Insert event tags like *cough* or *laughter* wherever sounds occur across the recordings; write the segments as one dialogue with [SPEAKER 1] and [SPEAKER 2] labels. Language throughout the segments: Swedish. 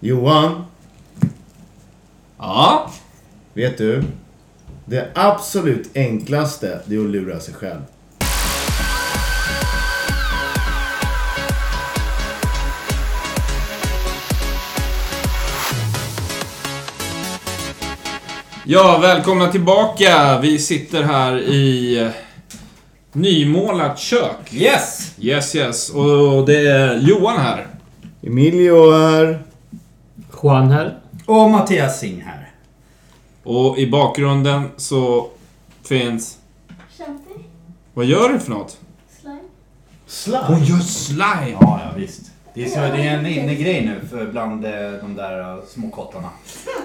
[SPEAKER 1] Johan,
[SPEAKER 2] Ja.
[SPEAKER 1] vet du? Det absolut enklaste, det är att lura sig själv.
[SPEAKER 2] Ja, välkomna tillbaka. Vi sitter här i eh, nymålat kök.
[SPEAKER 3] Yes!
[SPEAKER 2] Yes, yes. Och det är Johan här.
[SPEAKER 1] Emilio är...
[SPEAKER 4] Juan här.
[SPEAKER 3] Och Mattias Singh här.
[SPEAKER 2] Och i bakgrunden så finns...
[SPEAKER 5] Kämpig?
[SPEAKER 2] Vad gör du för något?
[SPEAKER 5] Slime?
[SPEAKER 1] Slav.
[SPEAKER 2] gör slime!
[SPEAKER 3] Ja, ja visst. Det är, så, det är en innegrej nu för bland eh, de där eh, små kottarna.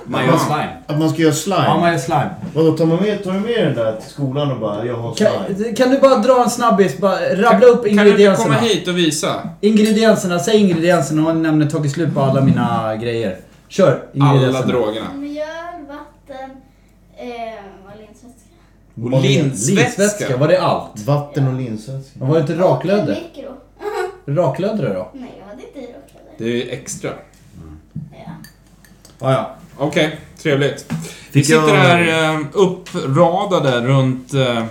[SPEAKER 3] Man gör
[SPEAKER 2] Ja.
[SPEAKER 3] slime.
[SPEAKER 1] Att man ska göra slime?
[SPEAKER 3] Ja, man gör slime.
[SPEAKER 1] Vadå, tar, man med, tar du med den där till skolan och bara, jag har slime?
[SPEAKER 4] Kan, kan du bara dra en snabbis? Bara rabbla upp
[SPEAKER 2] Kan du inte komma
[SPEAKER 4] ingredienserna.
[SPEAKER 2] hit och visa?
[SPEAKER 4] Ingredienserna, säg ingredienserna. Har ni nämligen tagit slut på alla mina grejer? Kör
[SPEAKER 2] Alla
[SPEAKER 4] ingredienserna.
[SPEAKER 2] drogerna.
[SPEAKER 5] Mjöl, vatten, eh, vad linsvätska?
[SPEAKER 2] Och
[SPEAKER 4] Linsvätska,
[SPEAKER 2] linsvätska.
[SPEAKER 4] var det allt?
[SPEAKER 1] Vatten och linsvätska.
[SPEAKER 4] Och Var det inte raklödder?
[SPEAKER 5] Mikro.
[SPEAKER 4] Raklödder då?
[SPEAKER 5] Nej, jag hade inte i rockkläder.
[SPEAKER 2] Det är extra.
[SPEAKER 5] Ja.
[SPEAKER 3] Ja, ja.
[SPEAKER 2] Okej, trevligt. Vi sitter
[SPEAKER 1] jag-
[SPEAKER 2] här eh, uppradade runt eh,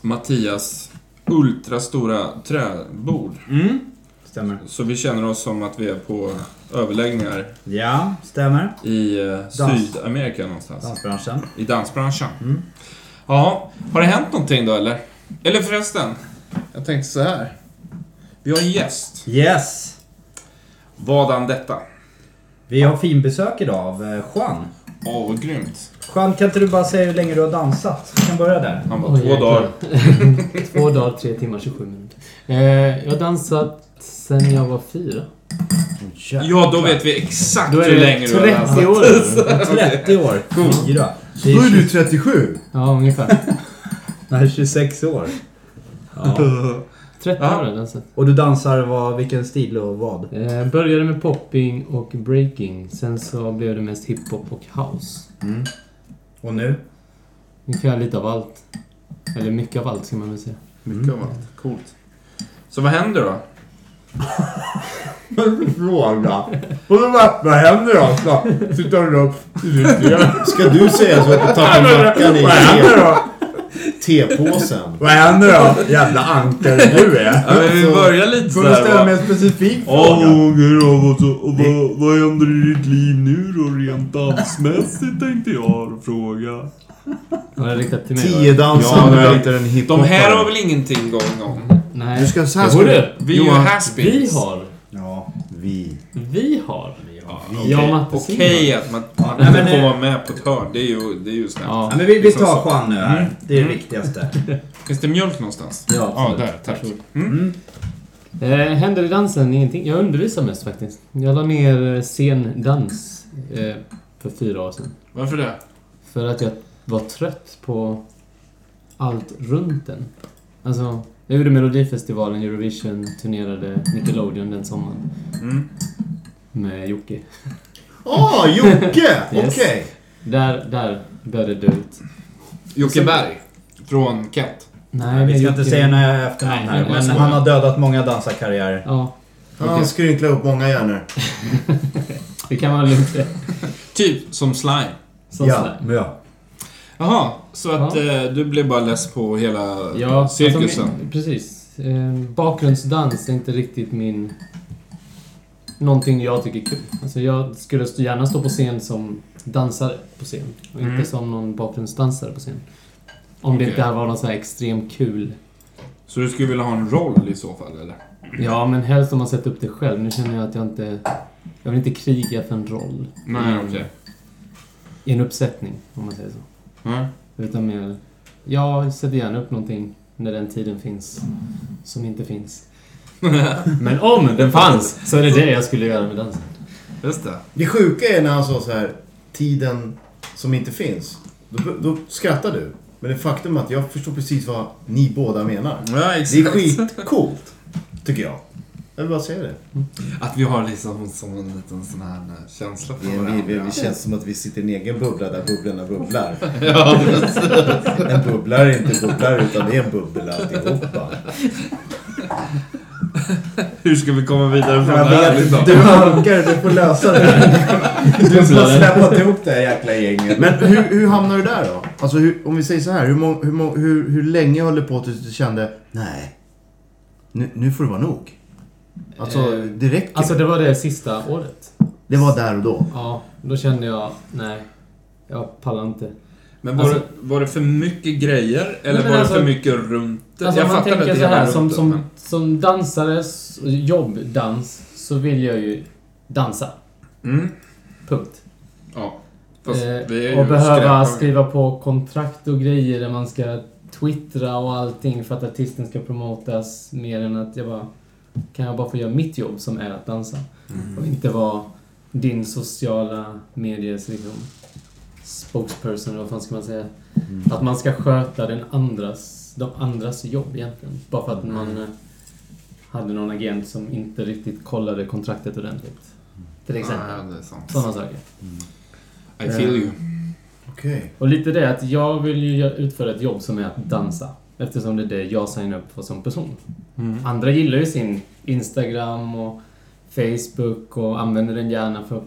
[SPEAKER 2] Mattias ultrastora träbord.
[SPEAKER 3] Mm. Stämmer.
[SPEAKER 2] Så vi känner oss som att vi är på överläggningar
[SPEAKER 3] Ja, stämmer.
[SPEAKER 2] i eh, Sydamerika någonstans.
[SPEAKER 3] Dansbranschen.
[SPEAKER 2] I dansbranschen.
[SPEAKER 4] Mm.
[SPEAKER 2] Ja, har det hänt någonting då eller? Eller förresten, jag tänkte så här. Vi har en gäst.
[SPEAKER 3] Yes!
[SPEAKER 2] Vadan detta?
[SPEAKER 3] Vi har finbesök idag av eh, Juan.
[SPEAKER 2] Åh, vad grymt.
[SPEAKER 3] Juan, kan inte du bara säga hur länge du har dansat? Vi kan börja där.
[SPEAKER 2] Han var
[SPEAKER 4] Oj,
[SPEAKER 2] två
[SPEAKER 4] jäklar.
[SPEAKER 2] dagar.
[SPEAKER 4] *laughs* Två dagar, tre timmar, 27 minuter. Eh, jag har dansat sen jag var fyra.
[SPEAKER 2] Ja, då vet vi exakt
[SPEAKER 4] Då är
[SPEAKER 2] hur
[SPEAKER 4] det
[SPEAKER 2] länge du har
[SPEAKER 4] 30
[SPEAKER 2] dansat.
[SPEAKER 4] år.
[SPEAKER 3] 30 år. Fyra.
[SPEAKER 4] Det är tjugo-
[SPEAKER 1] 37!
[SPEAKER 4] Ja, ungefär.
[SPEAKER 3] Nej, 26 år.
[SPEAKER 4] 30 år
[SPEAKER 2] Ja.
[SPEAKER 4] har jag dansat.
[SPEAKER 3] Och du dansar vad, vilken stil och vad?
[SPEAKER 4] Eh, började med popping och breaking. Sen så blev det mest hiphop och house.
[SPEAKER 3] Och nu?
[SPEAKER 4] Ungefär lite av allt. Eller mycket av allt, ska man väl säga.
[SPEAKER 2] Mycket av allt. Coolt. Så vad händer då?
[SPEAKER 1] Fråga. Och då bara, vad händer då? Så sitter han upp Ska du säga så att du tappar mackan i
[SPEAKER 3] då?
[SPEAKER 1] tepåsen?
[SPEAKER 3] Vad händer då? Jävla ankare du är.
[SPEAKER 2] Ja, men vi börjar lite
[SPEAKER 3] Får du ställa
[SPEAKER 2] såhär
[SPEAKER 3] mig
[SPEAKER 2] va?
[SPEAKER 3] en specifik
[SPEAKER 2] Åh,
[SPEAKER 3] fråga?
[SPEAKER 6] och så, och vad, vad händer i ditt liv nu då rent dansmässigt tänkte jag fråga.
[SPEAKER 4] Har det riktat till mig? va?
[SPEAKER 1] Tiodansaren
[SPEAKER 2] Ja, men-
[SPEAKER 1] möter en hiphopare.
[SPEAKER 2] De här har väl ingenting igång om?
[SPEAKER 4] Nej.
[SPEAKER 1] Du ska- så här
[SPEAKER 4] Det
[SPEAKER 1] ska du-
[SPEAKER 4] borde-
[SPEAKER 2] Vi är ju
[SPEAKER 1] Johan,
[SPEAKER 4] Vi
[SPEAKER 2] haspins.
[SPEAKER 4] har.
[SPEAKER 3] Ja.
[SPEAKER 1] Vi.
[SPEAKER 4] Vi har.
[SPEAKER 2] Okej,
[SPEAKER 4] Ja, Matte
[SPEAKER 2] Okej
[SPEAKER 4] Simon.
[SPEAKER 2] att man
[SPEAKER 3] Ja, nej,
[SPEAKER 2] inte
[SPEAKER 3] men,
[SPEAKER 2] får
[SPEAKER 3] eh,
[SPEAKER 2] vara med på ett hörn. Det är ju, det är ju snällt.
[SPEAKER 4] Ja.
[SPEAKER 3] Ja, men vi, vi tar Juan nu här. Det är det
[SPEAKER 2] Mm.
[SPEAKER 3] viktigaste.
[SPEAKER 2] Finns det mjölk någonstans?
[SPEAKER 4] Ja, absolut.
[SPEAKER 2] där. Tack.
[SPEAKER 4] Varsågod.
[SPEAKER 3] Mm.
[SPEAKER 4] Eh, händer i dansen ingenting. Jag undervisar mest faktiskt. Jag la ner eh, scendans eh, för fyra år sedan.
[SPEAKER 2] Varför det?
[SPEAKER 4] För att jag var trött på allt runt den. Alltså, jag gjorde Melodifestivalen, Eurovision, turnerade Nickelodeon den sommaren
[SPEAKER 2] Mm.
[SPEAKER 4] med Jocke.
[SPEAKER 1] Åh, Ah, Jocke! Okej.
[SPEAKER 4] Yes. Där, där började det ut.
[SPEAKER 2] Jocke Berg. Från Kent.
[SPEAKER 4] Nej,
[SPEAKER 3] vi
[SPEAKER 4] men
[SPEAKER 3] ska
[SPEAKER 4] Jocke-
[SPEAKER 3] inte säga några efternamn
[SPEAKER 4] Nej,
[SPEAKER 3] här,
[SPEAKER 4] men-
[SPEAKER 3] men han har dödat många dansarkarriärer.
[SPEAKER 4] Ja,
[SPEAKER 1] Han skrynklar upp många hjärnor.
[SPEAKER 4] det kan man lugnt säga.
[SPEAKER 2] Typ som slime.
[SPEAKER 4] Som
[SPEAKER 3] Ja,
[SPEAKER 4] sådär.
[SPEAKER 3] men ja.
[SPEAKER 2] Jaha, så att
[SPEAKER 4] Ja.
[SPEAKER 2] eh, du blev bara less på hela
[SPEAKER 4] Ja,
[SPEAKER 2] cirkusen?
[SPEAKER 4] alltså min- precis. Eh, bakgrundsdans är inte riktigt min... Någonting jag tycker är kul. Alltså jag skulle st- gärna stå på scen som dansare på scen. Och inte
[SPEAKER 2] Mm.
[SPEAKER 4] som någon bakgrundsdansare på scen. Om
[SPEAKER 2] Okej.
[SPEAKER 4] det där var någon så här extremt kul.
[SPEAKER 2] Så du skulle vilja ha en roll i så fall, eller?
[SPEAKER 4] Ja, men helst om man sätter upp det själv. Nu känner jag att jag inte... Jag vill inte kriga för en roll.
[SPEAKER 2] Nej,
[SPEAKER 4] I-
[SPEAKER 2] okej.
[SPEAKER 4] I en uppsättning, om man säger så.
[SPEAKER 2] Mm.
[SPEAKER 4] Utan mer... Jag sätter gärna upp någonting när den tiden finns. Som inte finns. *laughs* Men om den fanns så är det det jag skulle göra med dansen.
[SPEAKER 2] Just det.
[SPEAKER 1] Det sjuka är när han sa så här, tiden som inte finns. Då, då skrattar du. Men det faktum att jag förstår precis vad ni båda menar.
[SPEAKER 2] Ja,
[SPEAKER 1] Det är skitcoolt, tycker jag. Jag vill bara säga det.
[SPEAKER 2] Att vi har liksom som en liten sån här eh, känsla för
[SPEAKER 1] Vi, vi, vi
[SPEAKER 2] varandra.
[SPEAKER 1] känns som att vi sitter i en egen bubbla där bubblorna bubblar.
[SPEAKER 2] *laughs* Ja, precis.
[SPEAKER 1] En bubblar är inte bubblar utan det är en bubbel alltihopa.
[SPEAKER 2] Hur ska vi komma vidare från det
[SPEAKER 7] Jag
[SPEAKER 2] här
[SPEAKER 7] vet,
[SPEAKER 2] liksom?
[SPEAKER 7] du hankar, du får lösa det. Du får snäppa ihop det här jäkla gänget.
[SPEAKER 1] Men hur, hur hamnar du där då? Alltså hur, om vi säger så här, hur, må, hur, må, hur, hur länge höll det på tills du kände nej, nu, nu får det vara nog? Alltså
[SPEAKER 4] Eh,
[SPEAKER 1] det räcker.
[SPEAKER 4] Alltså det var det sista året.
[SPEAKER 1] det var där och då.
[SPEAKER 4] Ja, då kände jag, nej. Jag pallar inte.
[SPEAKER 2] Men var,
[SPEAKER 4] Alltså-
[SPEAKER 2] det, var det för mycket grejer eller
[SPEAKER 4] Nej, men
[SPEAKER 2] var det
[SPEAKER 4] alltså-
[SPEAKER 2] för mycket runt det?
[SPEAKER 4] Alltså om man tänker så
[SPEAKER 2] hela
[SPEAKER 4] här,
[SPEAKER 2] runt
[SPEAKER 4] som,
[SPEAKER 2] det,
[SPEAKER 4] som,
[SPEAKER 2] men-
[SPEAKER 4] som dansares jobb, dans, så vill jag ju dansa.
[SPEAKER 2] Mm.
[SPEAKER 4] Punkt.
[SPEAKER 2] Ja. Fast
[SPEAKER 4] Eh,
[SPEAKER 2] vi är ju
[SPEAKER 4] och behöva
[SPEAKER 2] skräp-
[SPEAKER 4] skriva på kontrakt och grejer där man ska twittra och allting för att artisten ska promotas mer än att jag bara... Kan jag bara få göra mitt jobb som är att dansa?
[SPEAKER 2] Mm.
[SPEAKER 4] Och inte vara din sociala mediers liksom spokesperson eller vad fan ska man säga?
[SPEAKER 2] Mm.
[SPEAKER 4] Att man ska sköta den andras, de andras jobb egentligen. Bara för att
[SPEAKER 2] Mm.
[SPEAKER 4] man eh, hade någon agent som inte riktigt kollade kontraktet ordentligt. Till exempel.
[SPEAKER 2] Ah, Ja, det är sant.
[SPEAKER 4] Sådana saker.
[SPEAKER 2] I feel you.
[SPEAKER 1] Okej.
[SPEAKER 4] Och lite det att jag vill ju gö- utföra ett jobb som är att dansa. Eftersom det är det jag signar upp för som person. Andra gillar ju sin Instagram och Facebook och använder den gärna för att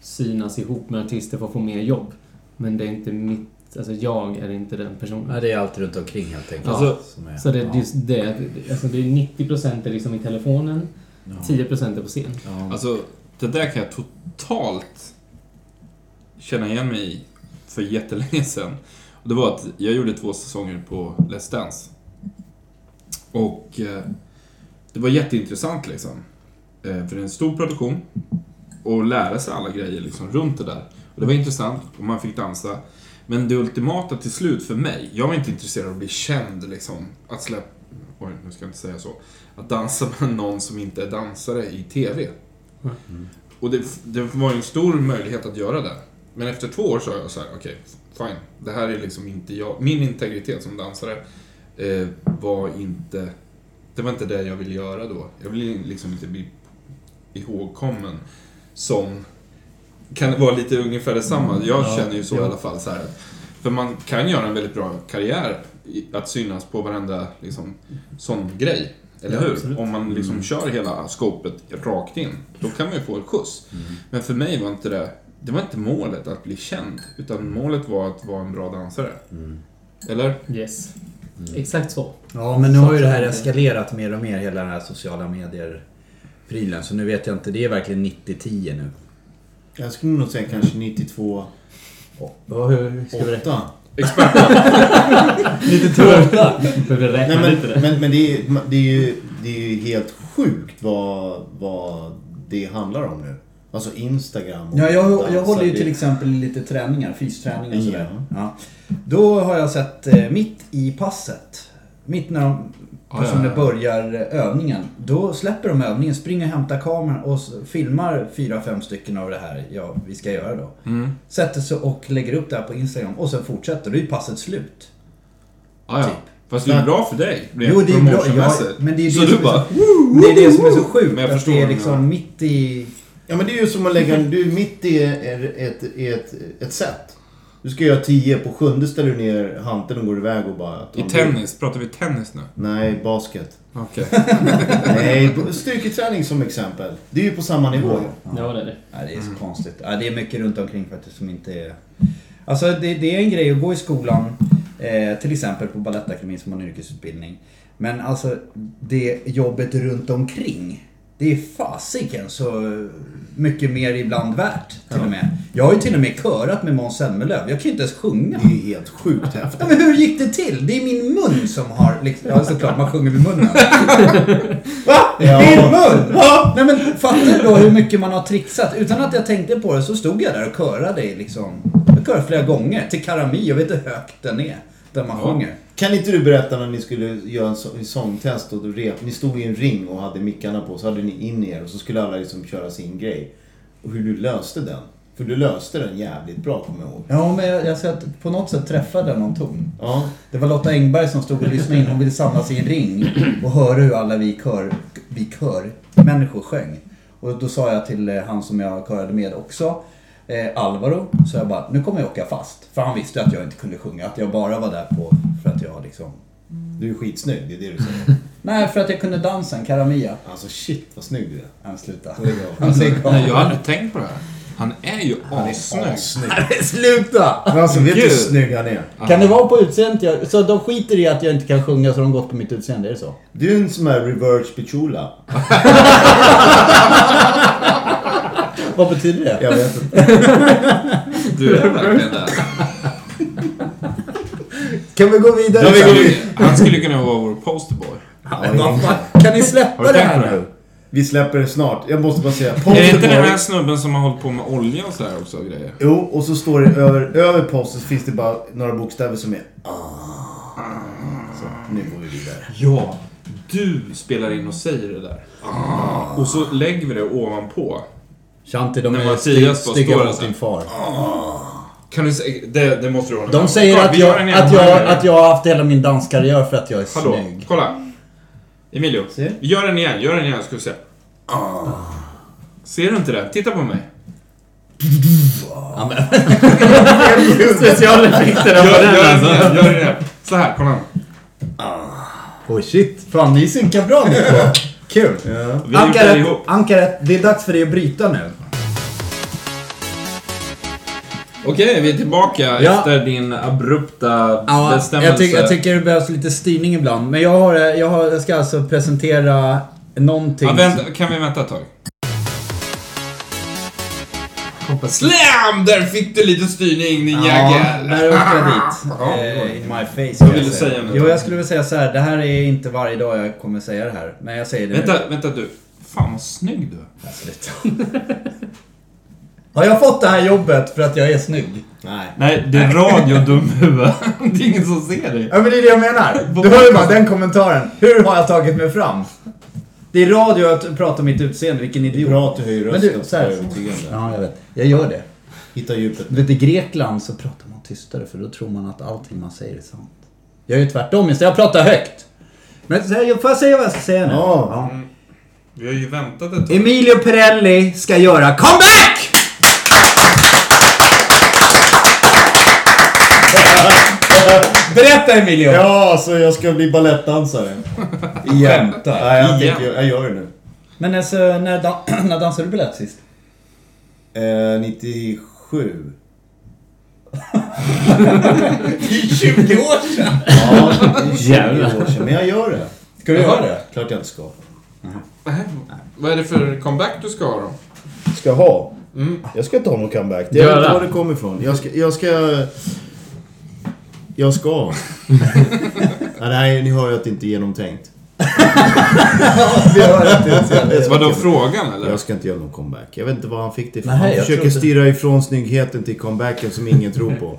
[SPEAKER 4] synas ihop med artister för att få mer jobb. Men det är inte mitt... Alltså jag är inte den personen.
[SPEAKER 7] Ja, det är allt runt omkring helt enkelt.
[SPEAKER 4] Alltså,
[SPEAKER 7] som är,
[SPEAKER 4] Så det är
[SPEAKER 7] ja.
[SPEAKER 4] just det. att- Alltså det är 90% är liksom i telefonen, 10% är på scen.
[SPEAKER 7] Ja.
[SPEAKER 2] Alltså, det där kan jag totalt känna igen mig i för jättelänge sedan. Och det var att jag gjorde två säsonger på Let's Dance. Och eh, det var jätteintressant liksom. Eh, för det är en stor produktion. Och lära sig alla grejer liksom runt det där. Och det var intressant och man fick dansa. Men det ultimata till slut för mig, jag var inte intresserad av att bli känd liksom. Att släppa, oj nu ska jag inte säga så. Att dansa med någon som inte är dansare i TV. Och det, det var ju en stor möjlighet att göra det. Men efter två år så har jag så här, okej, fine. Det här är liksom inte jag. Min integritet som dansare eh, var inte... Det var inte det jag ville göra då. Jag ville liksom inte bli ihågkommen som... Kan det vara lite ungefär detsamma? Jag känner ju så i alla fall. Så här, att- för man kan göra en väldigt bra karriär i, att synas på varenda liksom, sån grej. Eller hur? Om man liksom kör hela skopet rakt in. Då kan man ju få en skjuts. Men för mig var inte det... Det var inte målet att bli känd. Utan målet var att vara en bra dansare. Eller?
[SPEAKER 4] Yes. Exakt så.
[SPEAKER 7] ja, men nu har ju det här eskalerat mer och mer, hela den här sociala medier-prylen. Så nu vet jag inte, det är verkligen 90-10 nu.
[SPEAKER 1] Jag skulle nog säga kanske 92,
[SPEAKER 7] Ja, hur
[SPEAKER 1] 8.
[SPEAKER 2] Experten.
[SPEAKER 7] Lite tårta.
[SPEAKER 4] *laughs* Behöver räkna
[SPEAKER 1] Nej,
[SPEAKER 4] lite
[SPEAKER 1] men,
[SPEAKER 4] det.
[SPEAKER 1] men, men det, är, det, är ju, det är ju helt sjukt vad, vad det handlar om nu. Alltså Instagram och
[SPEAKER 7] Ja, jag,
[SPEAKER 1] dansa.
[SPEAKER 7] jag håller ju
[SPEAKER 2] typ.
[SPEAKER 7] till
[SPEAKER 1] Det-
[SPEAKER 7] exempel lite träningar, fysträningar och sådär.
[SPEAKER 1] Ja.
[SPEAKER 7] Ja. Då har jag sett eh, mitt i passet, mitt när de
[SPEAKER 2] Ja,
[SPEAKER 7] personer
[SPEAKER 2] ja, ja.
[SPEAKER 7] börjar eh, övningen, då släpper de övningen, springer och hämtar kameran och s- filmar fyra, fem stycken av det här ja, vi ska göra då.
[SPEAKER 2] Mm.
[SPEAKER 7] Sätter sig och lägger upp det här på Instagram och sen fortsätter, då är ju passet slut.
[SPEAKER 2] Ah, ja. Fast det är bra för dig. rent
[SPEAKER 7] Typ. Jo, det är bra. Ja,
[SPEAKER 2] promotionmässigt.
[SPEAKER 7] men det är ju
[SPEAKER 2] Så
[SPEAKER 7] det
[SPEAKER 2] du
[SPEAKER 7] som är
[SPEAKER 2] bara...
[SPEAKER 7] så- Det är det som är så sjukt,
[SPEAKER 2] Men jag
[SPEAKER 7] att
[SPEAKER 2] förstår
[SPEAKER 7] det är
[SPEAKER 2] vad du menar.
[SPEAKER 7] liksom mitt i...
[SPEAKER 1] Ja men det är ju som att lägga en, du är mitt i ett, ett, ett, ett set. Du ska göra 10, på sjunde ställer du ner hanteln och går iväg och bara... tar
[SPEAKER 2] I
[SPEAKER 1] en bild.
[SPEAKER 2] tennis, pratar vi tennis nu?
[SPEAKER 1] Nej, basket.
[SPEAKER 2] Okej.
[SPEAKER 1] Nej, b- styrketräning som exempel. Det är ju på samma nivå ju.
[SPEAKER 4] Ja, det är det.
[SPEAKER 7] Ja, det är så konstigt. Ja, det är mycket runt omkring faktiskt som inte är... Alltså det, det är en grej att gå i skolan, eh, till exempel på Balettakademin som har en yrkesutbildning. Men alltså det jobbet runt omkring. Det är fasiken så mycket mer ibland värt till och med. Jag har ju till och med körat med Måns Zelmerlöw. Jag kan ju inte ens sjunga.
[SPEAKER 1] Det är ju helt sjukt häftigt.
[SPEAKER 7] Ja, men hur gick det till? Det är min mun som har liksom... Ja, såklart, man sjunger med munnen. *laughs* Va?
[SPEAKER 1] Ja.
[SPEAKER 7] Min mun? Va? Nej men fattar du då hur mycket man har trixat? Utan att jag tänkte på det så stod jag där och körade i liksom... Jag körade flera gånger till Karami, jag vet inte hur högt den är. Där man sjunger.
[SPEAKER 1] Kan inte du berätta när ni skulle göra en, så- en sångtest och du rep, ni stod i en ring och hade mickarna på, så hade ni in er och så skulle alla liksom köra sin grej. Och hur du löste den. För du löste den jävligt bra, kommer jag ihåg.
[SPEAKER 7] Ja men jag, jag ser att på något sätt träffade jag någon ton.
[SPEAKER 1] Ja,
[SPEAKER 7] Det var Lotta Engberg som stod och lyssnade in. Hon ville samlas i en ring och höra hur alla vi kör, vi kör människor sjöng. Och då sa jag till eh, han som jag körade med också, eh, Alvaro, så jag bara, nu kommer jag åka fast. För han visste att jag inte kunde sjunga, att jag bara var där på för att jag liksom...
[SPEAKER 1] du är skitsnygg, det är det du säger.
[SPEAKER 7] Nej, för att jag kunde dansen, Karamia.
[SPEAKER 1] Alltså shit vad snygg du är.
[SPEAKER 7] Nej, sluta.
[SPEAKER 1] Lägg av.
[SPEAKER 2] Alltså,
[SPEAKER 7] Han säger
[SPEAKER 2] *laughs*
[SPEAKER 7] galen.
[SPEAKER 2] Nej, jag har aldrig tänkt på det här. Han är ju assnygg.
[SPEAKER 1] Assnygg.
[SPEAKER 7] Nej, *laughs* sluta!
[SPEAKER 1] Men alltså vet du hur
[SPEAKER 2] Gud.
[SPEAKER 1] snygg han är?
[SPEAKER 7] Ah. Kan det vara på utseendet jag... Så de skiter i att jag inte kan sjunga så de gått på mitt utseende, är det så?
[SPEAKER 1] Du är en sån här reverse Pichula.
[SPEAKER 7] Vad betyder det?
[SPEAKER 1] Jag vet inte.
[SPEAKER 2] Du är verkligen *laughs* där.
[SPEAKER 7] Kan vi gå vidare?
[SPEAKER 2] Han
[SPEAKER 7] *laughs*
[SPEAKER 2] skulle, han skulle kunna vara vår posterboy.
[SPEAKER 1] Ja, det är-
[SPEAKER 7] Kan
[SPEAKER 2] Har
[SPEAKER 7] ni släppa
[SPEAKER 2] du
[SPEAKER 7] det
[SPEAKER 2] tänkt på
[SPEAKER 7] här
[SPEAKER 2] det?
[SPEAKER 7] nu?
[SPEAKER 1] Vi släpper det snart. Jag måste bara säga.
[SPEAKER 2] Är det inte den här
[SPEAKER 1] Posterboy.
[SPEAKER 2] snubben som har hållit på med olja och sådär också och grejer?
[SPEAKER 1] Jo, och så står det över, över posten så finns det bara några bokstäver som är ah. Så, nu går vi vidare.
[SPEAKER 2] Ja. Du spelar in och säger det där. Ah. Och så lägger vi det ovanpå.
[SPEAKER 7] Shanti, de
[SPEAKER 2] När
[SPEAKER 7] är
[SPEAKER 2] Mattias
[SPEAKER 7] sty-
[SPEAKER 2] bara
[SPEAKER 7] stygga
[SPEAKER 2] står där
[SPEAKER 7] mot
[SPEAKER 2] så här.
[SPEAKER 7] din far.
[SPEAKER 2] Kan du säga, det, det måste du hålla med
[SPEAKER 7] De
[SPEAKER 2] om.
[SPEAKER 7] säger
[SPEAKER 2] Kolla,
[SPEAKER 7] att
[SPEAKER 2] vi
[SPEAKER 7] jag,
[SPEAKER 2] gör en
[SPEAKER 7] att,
[SPEAKER 2] egen
[SPEAKER 7] jag,
[SPEAKER 2] här.
[SPEAKER 7] att jag har haft hela min danskarriär för att jag är
[SPEAKER 2] Hallå,
[SPEAKER 7] snygg.
[SPEAKER 2] kolla. Emilio,
[SPEAKER 1] Ser?
[SPEAKER 2] vi gör den igen, gör den igen ska vi se. Ah. Ser du inte det? Titta på mig.
[SPEAKER 7] *laughs*
[SPEAKER 4] Specialeffekter
[SPEAKER 2] Gör,
[SPEAKER 4] av
[SPEAKER 2] gör
[SPEAKER 4] den
[SPEAKER 2] den
[SPEAKER 4] alltså.
[SPEAKER 2] igen, gör den igen. Så här, kolla.
[SPEAKER 7] Oj Oh, shit, fan ni synkar bra ni två. Kul.
[SPEAKER 2] Vi har gjort det här
[SPEAKER 7] Ankaret,
[SPEAKER 2] ihop.
[SPEAKER 7] Ankaret, det är dags för dig att bryta nu.
[SPEAKER 2] Okej, vi är tillbaka
[SPEAKER 7] Ja.
[SPEAKER 2] efter din abrupta
[SPEAKER 7] Ja,
[SPEAKER 2] bestämmelse.
[SPEAKER 7] jag, tyck, jag tycker det behövs lite styrning ibland. Men jag, har, jag, har, jag ska alltså presentera någonting.
[SPEAKER 2] ja, vänta, kan vi vänta ett tag?
[SPEAKER 4] Hoppas
[SPEAKER 2] Slam! Där fick du lite styrning din
[SPEAKER 7] Ja,
[SPEAKER 2] jägel.
[SPEAKER 7] där åkte jag dit.
[SPEAKER 2] Ja.
[SPEAKER 7] Eh, In my face.
[SPEAKER 2] Vad
[SPEAKER 7] vill
[SPEAKER 2] vill du
[SPEAKER 7] jag
[SPEAKER 2] säga nu?
[SPEAKER 7] Jo, jag skulle vilja säga så här. Det här är inte varje dag jag kommer säga det här. Men jag säger det nu.
[SPEAKER 2] Vänta, vänta du. Fan vad snygg du är.
[SPEAKER 7] Nej, sluta. Har jag fått det här jobbet för att jag är snygg?
[SPEAKER 1] Nej.
[SPEAKER 2] Nej, det är radio dumhuvud. *laughs* Det är ingen som ser dig.
[SPEAKER 7] Ja men det är det jag menar. Du hör ju bara den kommentaren. Hur har jag tagit mig fram? Det är radio att prata om mitt utseende, vilken
[SPEAKER 1] Det är
[SPEAKER 7] idiot.
[SPEAKER 1] bra att du höjer
[SPEAKER 7] Men du,
[SPEAKER 1] rösten.
[SPEAKER 7] så här-
[SPEAKER 1] för jag är övertygande.
[SPEAKER 7] Ja, jag vet. Jag gör det.
[SPEAKER 1] Hitta djupet.
[SPEAKER 7] Du vet, i Grekland så pratar man tystare för då tror man att allting man säger är sant. Jag är ju tvärtom istället. Jag pratar högt. Men så här, jag- får jag säga vad jag ska säga nu?
[SPEAKER 1] Ja.
[SPEAKER 2] Vi har ju väntat ett tag.
[SPEAKER 7] Emilio Perelli ska göra comeback! Berätta Emilio!
[SPEAKER 1] Ja, så jag ska bli balettdansare.
[SPEAKER 7] Jämtar.
[SPEAKER 1] Nej, jag,
[SPEAKER 2] Igen.
[SPEAKER 1] tänker, jag gör det nu.
[SPEAKER 7] Men alltså, när, dan- *clears throat* när dansade du balett sist?
[SPEAKER 1] Eh, 97.
[SPEAKER 7] 20 år *laughs* sedan!
[SPEAKER 2] *laughs*
[SPEAKER 1] Ja, det är 20
[SPEAKER 4] Jävlar.
[SPEAKER 1] år sedan. Men jag gör det.
[SPEAKER 7] Ska du göra det?
[SPEAKER 1] Klart jag inte ska.
[SPEAKER 2] Nej. Vad är det för comeback du ska ha då?
[SPEAKER 1] Ska ha?
[SPEAKER 2] Mm.
[SPEAKER 1] Jag ska inte ha någon comeback. Det är
[SPEAKER 4] Göra.
[SPEAKER 1] inte var det kommer ifrån. Jag ska... Jag ska... Jag
[SPEAKER 2] *laughs*
[SPEAKER 1] ska. ja, nej, ni hör ju att det inte är *laughs* genomtänkt.
[SPEAKER 7] Vi hör inte.
[SPEAKER 2] Vadå frågan eller?
[SPEAKER 1] Jag ska inte göra någon comeback. Jag vet inte var han fick det ifrån.
[SPEAKER 7] Nej,
[SPEAKER 1] han
[SPEAKER 7] jag
[SPEAKER 1] försöker
[SPEAKER 7] trodde-
[SPEAKER 1] styra ifrån snyggheten till comebacken som ingen tror
[SPEAKER 2] *laughs*
[SPEAKER 1] på.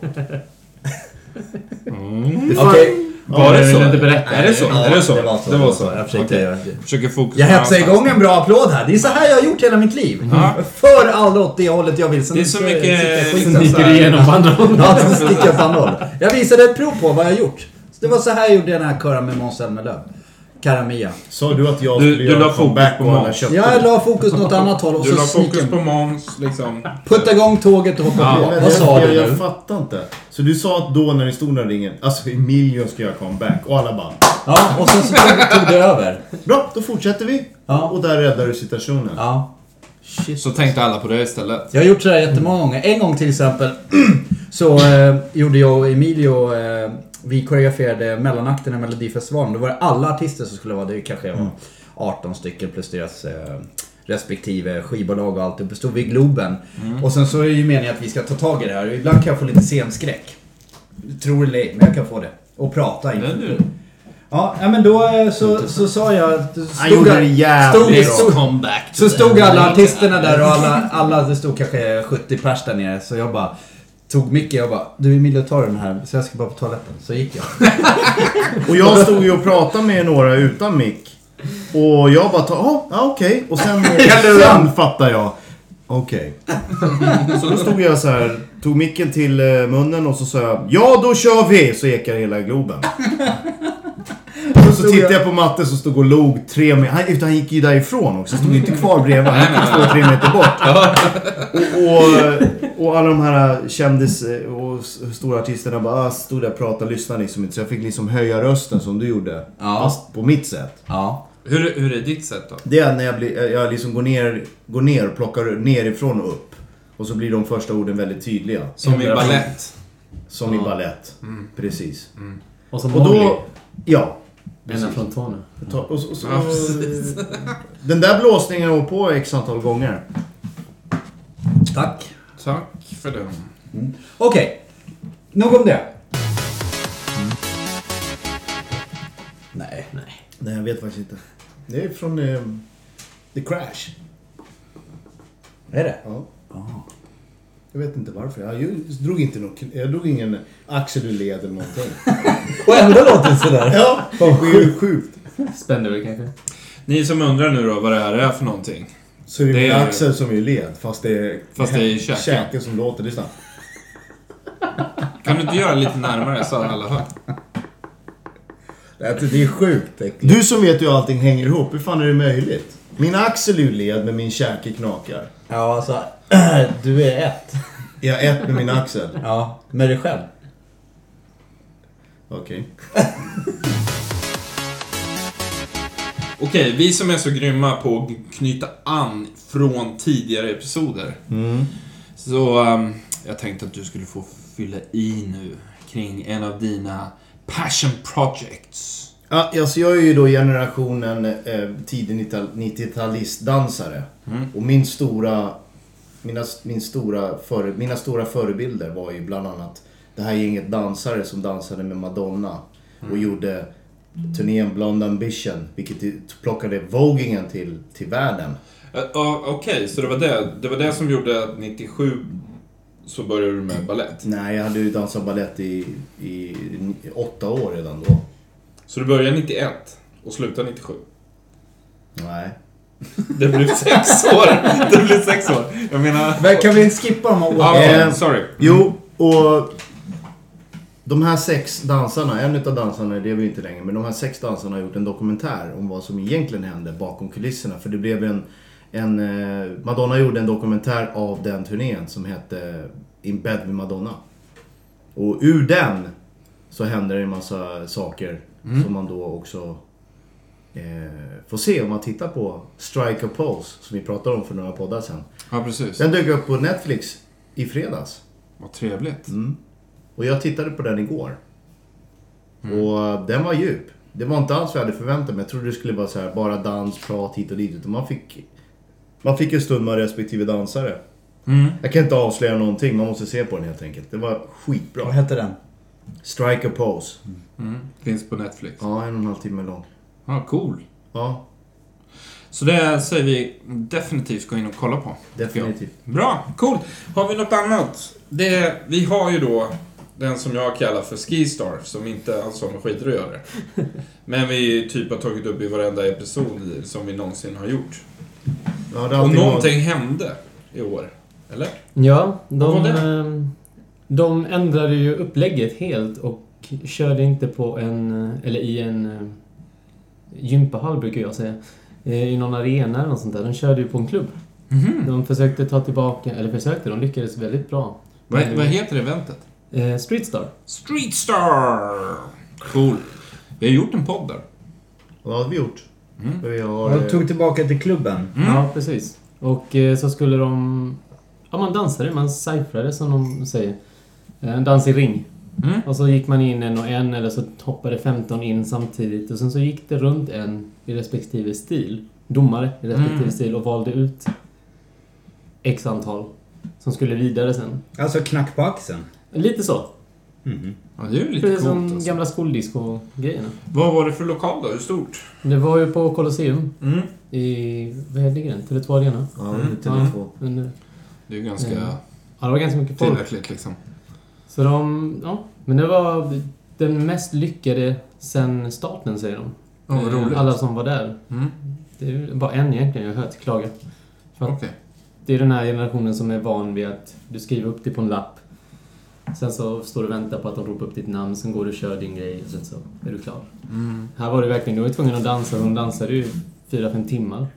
[SPEAKER 2] Mm.
[SPEAKER 1] Det fan...
[SPEAKER 7] Okej.
[SPEAKER 2] Var
[SPEAKER 4] jag
[SPEAKER 2] det så?
[SPEAKER 4] vill inte berätta.
[SPEAKER 2] Är det så?
[SPEAKER 7] Ja,
[SPEAKER 2] är det så?
[SPEAKER 7] det var så.
[SPEAKER 2] Det var så.
[SPEAKER 7] Jag försökte
[SPEAKER 2] Okej.
[SPEAKER 7] göra det.
[SPEAKER 2] Försöker fokusera.
[SPEAKER 7] Jag hetsar
[SPEAKER 2] någonstans.
[SPEAKER 7] igång en bra applåd här. Det är så här jag har gjort hela mitt liv.
[SPEAKER 2] Ja. Mm.
[SPEAKER 7] För alla åt det hållet jag vill. Sen
[SPEAKER 2] Det är så mycket- Sen
[SPEAKER 7] skiten så här.
[SPEAKER 4] Sniker igenom på andra hållet.
[SPEAKER 7] Ja, sen sticker jag åt andra hållet. Jag visade ett prov på vad jag har gjort. Så det var så här jag gjorde den här kören med Måns Zelmerlöw. Karamia.
[SPEAKER 1] Sa du att jag
[SPEAKER 2] Du-
[SPEAKER 1] skulle
[SPEAKER 2] du la
[SPEAKER 1] göra en
[SPEAKER 2] fokus
[SPEAKER 1] comeback
[SPEAKER 2] på
[SPEAKER 1] och alla
[SPEAKER 2] mat.
[SPEAKER 1] köpte
[SPEAKER 7] Ja,
[SPEAKER 1] det?
[SPEAKER 7] jag la fokus åt annat håll och
[SPEAKER 2] Du
[SPEAKER 7] så
[SPEAKER 2] la
[SPEAKER 7] snickade
[SPEAKER 2] fokus
[SPEAKER 7] jag
[SPEAKER 2] på Måns liksom.
[SPEAKER 7] Putta igång tåget och hoppa
[SPEAKER 2] Ja,
[SPEAKER 7] på.
[SPEAKER 1] Men
[SPEAKER 7] Vad
[SPEAKER 1] jag-
[SPEAKER 7] sa
[SPEAKER 1] jag,
[SPEAKER 7] du
[SPEAKER 1] jag
[SPEAKER 7] nu?
[SPEAKER 1] fattar inte. Så du sa att då när ni stod där i ringen, alltså Emilio ska göra comeback och alla bara
[SPEAKER 7] Ja, och sen så tog, tog det över.
[SPEAKER 1] Bra, då fortsätter vi.
[SPEAKER 7] Ja.
[SPEAKER 1] Och där räddar du situationen.
[SPEAKER 7] Ja.
[SPEAKER 2] Så tänkte alla på det *laughs* istället.
[SPEAKER 7] Jag har gjort sådär jättemånga gånger. En gång till exempel *clears throat* så eh, gjorde jag och Emilio, eh, vi koreograferade mellanakten i Melodifestivalen. Då var det alla artister som skulle vara där. Det kanske var 18 stycken plus deras eh, respektive skivbolag och allt. Då stod vi i Globen. Och sen så är det ju meningen att vi ska ta tag i det här. Ibland kan jag få lite scenskräck. Tror det eller ej, men jag kan få det. Och prata inför
[SPEAKER 2] Eller hur?
[SPEAKER 7] Ja, ja, men då eh, så, så sa jag... Han
[SPEAKER 1] gjorde det jävligt bra.
[SPEAKER 7] comeback. Så stod alla artisterna där och alla, alla det stod kanske 70 pers där nere. Så jag bara tog Micke och bara Du Emilio ta den här, så jag ska bara på toaletten. Så gick jag.
[SPEAKER 1] Och jag stod ju och pratade med några utan mick. Och jag bara, tar- ja, ja okej. Och *laughs* sen, sen fattar jag. Okej. Så då stod jag så här, tog micken till *laughs* eh, munnen och så sa jag, ja då kör vi! Så ekar hela Globen. Så så tittade jag på Matte som stod och log tre meter. Han, utan han gick ju därifrån också. Stod ju inte kvar bredvid. Han fick stå tre meter bort. Och, och, och alla de här kändis eh, och s- stora artisterna bara ah, stod där och pratade och lyssnade liksom inte. Så jag fick liksom höja rösten som du gjorde.
[SPEAKER 7] Ja.
[SPEAKER 1] Fast på mitt sätt.
[SPEAKER 7] Ja.
[SPEAKER 2] Hur, hur är ditt sätt då?
[SPEAKER 1] Det är när jag, blir, jag liksom går ner, går ner och plockar nerifrån och upp. Och så blir de första orden väldigt tydliga.
[SPEAKER 2] Som i ballett.
[SPEAKER 1] Som i ballett. Precis.
[SPEAKER 4] Och så
[SPEAKER 1] Och
[SPEAKER 4] Molly.
[SPEAKER 1] då... Ja.
[SPEAKER 4] Ända från tårna.
[SPEAKER 1] Ta- Och så, och så,
[SPEAKER 2] Ja, precis.
[SPEAKER 1] den där blåsningen har jag hållit på x antal gånger.
[SPEAKER 7] Tack.
[SPEAKER 2] Tack för den.
[SPEAKER 7] Okej. Nog om det. Mm. Nej.
[SPEAKER 1] Nej, jag vet faktiskt inte. Det är från eh, The Crash.
[SPEAKER 7] Är det?
[SPEAKER 1] Ja. Jag vet inte varför. Jag ju- drog, inte någon, kn- jag drog ingen axel ur led eller någonting.
[SPEAKER 7] Och ändå låter det sådär.
[SPEAKER 1] *laughs* ja, det är ju sjukt.
[SPEAKER 4] Spänner vi kanske?
[SPEAKER 2] Ni som undrar nu då vad det här är för någonting.
[SPEAKER 1] Så det är,
[SPEAKER 2] Det är-
[SPEAKER 1] axel som är led, fast det är,
[SPEAKER 2] Fast det är käken.
[SPEAKER 1] käken som låter. Lyssna.
[SPEAKER 2] Kan du inte göra lite närmare så att alla hör?
[SPEAKER 7] Det är sjukt äckligt.
[SPEAKER 1] Du som vet hur allting hänger ihop, hur fan är det möjligt? Min axel är ju led, men min käke knakar.
[SPEAKER 7] Ja, alltså. *clears throat* Du är ett.
[SPEAKER 1] Är jag ett med min axel?
[SPEAKER 7] Ja, med dig själv.
[SPEAKER 1] Okej.
[SPEAKER 2] Okej, vi som är så grymma på att knyta an från tidigare episoder. Så ehm, jag tänkte att du skulle få fylla i nu kring en av dina passion projects.
[SPEAKER 1] Ja, alltså jag är ju då generationen eh, tidig 90-talistdansare. Och min stora, mina, min stora före, mina stora förebilder var ju bland annat det här gänget dansare som dansade med Madonna. Och gjorde turnén Blonde Ambition, vilket plockade vogingen till, till världen.
[SPEAKER 2] Ja, Eh, ja, Okej, så det var det. Det var det som gjorde att 97 så började du med ballett.
[SPEAKER 1] Nej, jag hade ju dansat balett i, i åtta år redan då.
[SPEAKER 2] Så du började 91 och slutade 97.
[SPEAKER 1] Nej.
[SPEAKER 2] Det *laughs* blev sex år. Det blev sex år. Jag menar...
[SPEAKER 7] Men kan vi skippa de här åren?
[SPEAKER 2] Ah,
[SPEAKER 1] Eh,
[SPEAKER 2] sorry.
[SPEAKER 1] Jo, och de här sex dansarna, en utav dansarna det är vi inte längre, men de här sex dansarna har gjort en dokumentär om vad som egentligen hände bakom kulisserna. För det blev en, en eh, Madonna gjorde en dokumentär av den turnén som hette In bed with Madonna. Och ur den så hände det en massa saker som man då också eh, får se om man tittar på Strike a Pose som vi pratade om för några poddar sedan.
[SPEAKER 2] Ja, precis.
[SPEAKER 1] Den dök upp på Netflix i fredags.
[SPEAKER 2] Vad trevligt.
[SPEAKER 1] Och jag tittade på den igår. Och den var djup. Det var inte alls vad jag hade förväntat mig. Jag trodde det skulle vara så här, bara dans, prat hit och dit. Utan man fick, man fick en stund med respektive dansare.
[SPEAKER 2] Mm.
[SPEAKER 1] Jag kan inte avslöja någonting, man måste se på den helt enkelt. Det var skitbra.
[SPEAKER 7] Vad hette den?
[SPEAKER 1] Strike a pose.
[SPEAKER 2] Finns på Netflix.
[SPEAKER 1] Ja, en och en halv timme lång.
[SPEAKER 2] Ja, cool.
[SPEAKER 1] Ja,
[SPEAKER 2] Så det säger vi definitivt gå in och kolla på.
[SPEAKER 1] definitivt.
[SPEAKER 2] Bra, coolt. Har vi något annat? Det, vi har ju då den som jag kallar för Skistar, som inte alls har med skidor
[SPEAKER 1] *laughs*
[SPEAKER 2] att göra. Men vi typ har tagit upp i varenda episod som vi någonsin har gjort.
[SPEAKER 1] Ja, det har
[SPEAKER 2] Och
[SPEAKER 1] alltid varit-
[SPEAKER 2] någonting hände i år. Eller?
[SPEAKER 4] Ja,
[SPEAKER 2] Vad
[SPEAKER 4] de,
[SPEAKER 2] var det?
[SPEAKER 4] ehm, de ändrade ju upplägget helt och körde inte på en, eh, eller i en eh, gympahall brukar jag säga, Eh, i någon arena eller något sånt där. De körde ju på en klubb.
[SPEAKER 1] Mhm.
[SPEAKER 4] De försökte ta tillbaka, eller försökte, de lyckades väldigt bra.
[SPEAKER 2] Vad, vad heter eventet?
[SPEAKER 4] Eh, Spritstar.
[SPEAKER 2] Streetstar! Cool. Vi har gjort en podd där.
[SPEAKER 1] Ja, det har vi gjort.
[SPEAKER 2] Mm.
[SPEAKER 1] Vi har...
[SPEAKER 7] Jag
[SPEAKER 1] eh,
[SPEAKER 7] tog tillbaka till klubben.
[SPEAKER 4] Ja, precis. Och eh, så skulle de... Ja, man dansade, man cyfrade som de säger. Eh, En dans i ring.
[SPEAKER 2] Mm.
[SPEAKER 4] Och så gick man in en och en, eller så hoppade 15 in samtidigt. Och sen så gick det runt en i respektive stil. Domare i respektive
[SPEAKER 2] Mm.
[SPEAKER 4] stil och valde ut x antal som skulle vidare sen.
[SPEAKER 7] Alltså knack på axeln. Mhm.
[SPEAKER 4] Lite så.
[SPEAKER 2] Ja, det är ju lite
[SPEAKER 4] Precis som
[SPEAKER 2] coolt alltså.
[SPEAKER 4] gamla skoldisco-grejerna.
[SPEAKER 2] Vad var det för lokal då? Hur stort?
[SPEAKER 4] Det var ju på Colosseum
[SPEAKER 2] Mm.
[SPEAKER 4] i... Vad ligger den? Tele2 Arena?
[SPEAKER 1] Ja, Tele2.
[SPEAKER 4] Ja, under-
[SPEAKER 2] Det är ju ganska
[SPEAKER 4] Mm. ja, det var ganska mycket folk.
[SPEAKER 2] tillräckligt liksom.
[SPEAKER 4] Så de, ja. Men det var den mest lyckade sen starten säger de.
[SPEAKER 2] Ja, vad
[SPEAKER 4] Eh,
[SPEAKER 2] roligt.
[SPEAKER 4] Alla som var där.
[SPEAKER 2] Mm.
[SPEAKER 4] Det är ju bara en egentligen jag har hört klaga. För
[SPEAKER 2] Okej.
[SPEAKER 4] att det är den här generationen som är van vid att du skriver upp det på en lapp. Sen så står du och väntar på att de ropar upp ditt namn, sen går du och kör din grej och sen så är du klar.
[SPEAKER 2] Mm.
[SPEAKER 4] Här var du verkligen, du var ju tvungen att dansa, hon dansade ju 4-5 timmar.
[SPEAKER 2] Mm.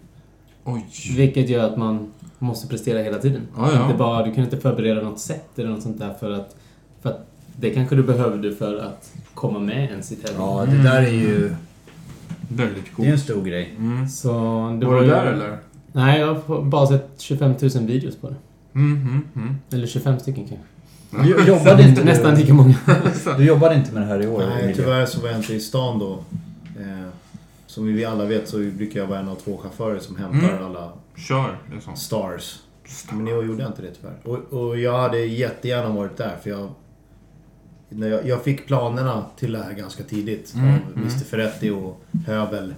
[SPEAKER 2] Oj.
[SPEAKER 4] Vilket gör att man måste prestera hela tiden.
[SPEAKER 2] Ja, ja.
[SPEAKER 4] Inte bara, du kan inte förbereda något sätt eller något sånt där för att, för att det kanske du behövde för att komma med ens i tävlingen.
[SPEAKER 7] Ja, det där är ju...
[SPEAKER 2] Väldigt
[SPEAKER 7] Det är en
[SPEAKER 2] coolt.
[SPEAKER 7] stor grej.
[SPEAKER 2] Mm.
[SPEAKER 4] Så det
[SPEAKER 2] Var du
[SPEAKER 4] ju-
[SPEAKER 2] där eller?
[SPEAKER 4] Nej, jag har bara sett 25 000 videos på det.
[SPEAKER 2] Mm, mm, mm.
[SPEAKER 4] Eller 25 stycken kanske.
[SPEAKER 7] Du jobbade inte,
[SPEAKER 4] Nästan lika många. *laughs*
[SPEAKER 7] du jobbade inte med det här i år?
[SPEAKER 1] eh, Nej,
[SPEAKER 7] Emilia.
[SPEAKER 1] tyvärr så var jag inte i stan då. Eh, som vi alla vet så brukar jag vara en av två chaufförer som hämtar
[SPEAKER 2] Mm.
[SPEAKER 1] alla
[SPEAKER 2] Kör, liksom.
[SPEAKER 1] stars. Men i år gjorde jag inte det tyvärr. Och, och jag hade jättegärna varit där för jag... När jag, jag fick planerna till det här ganska tidigt
[SPEAKER 2] Mm,
[SPEAKER 1] av
[SPEAKER 2] mm.
[SPEAKER 1] Mr Ferretti och Hövel.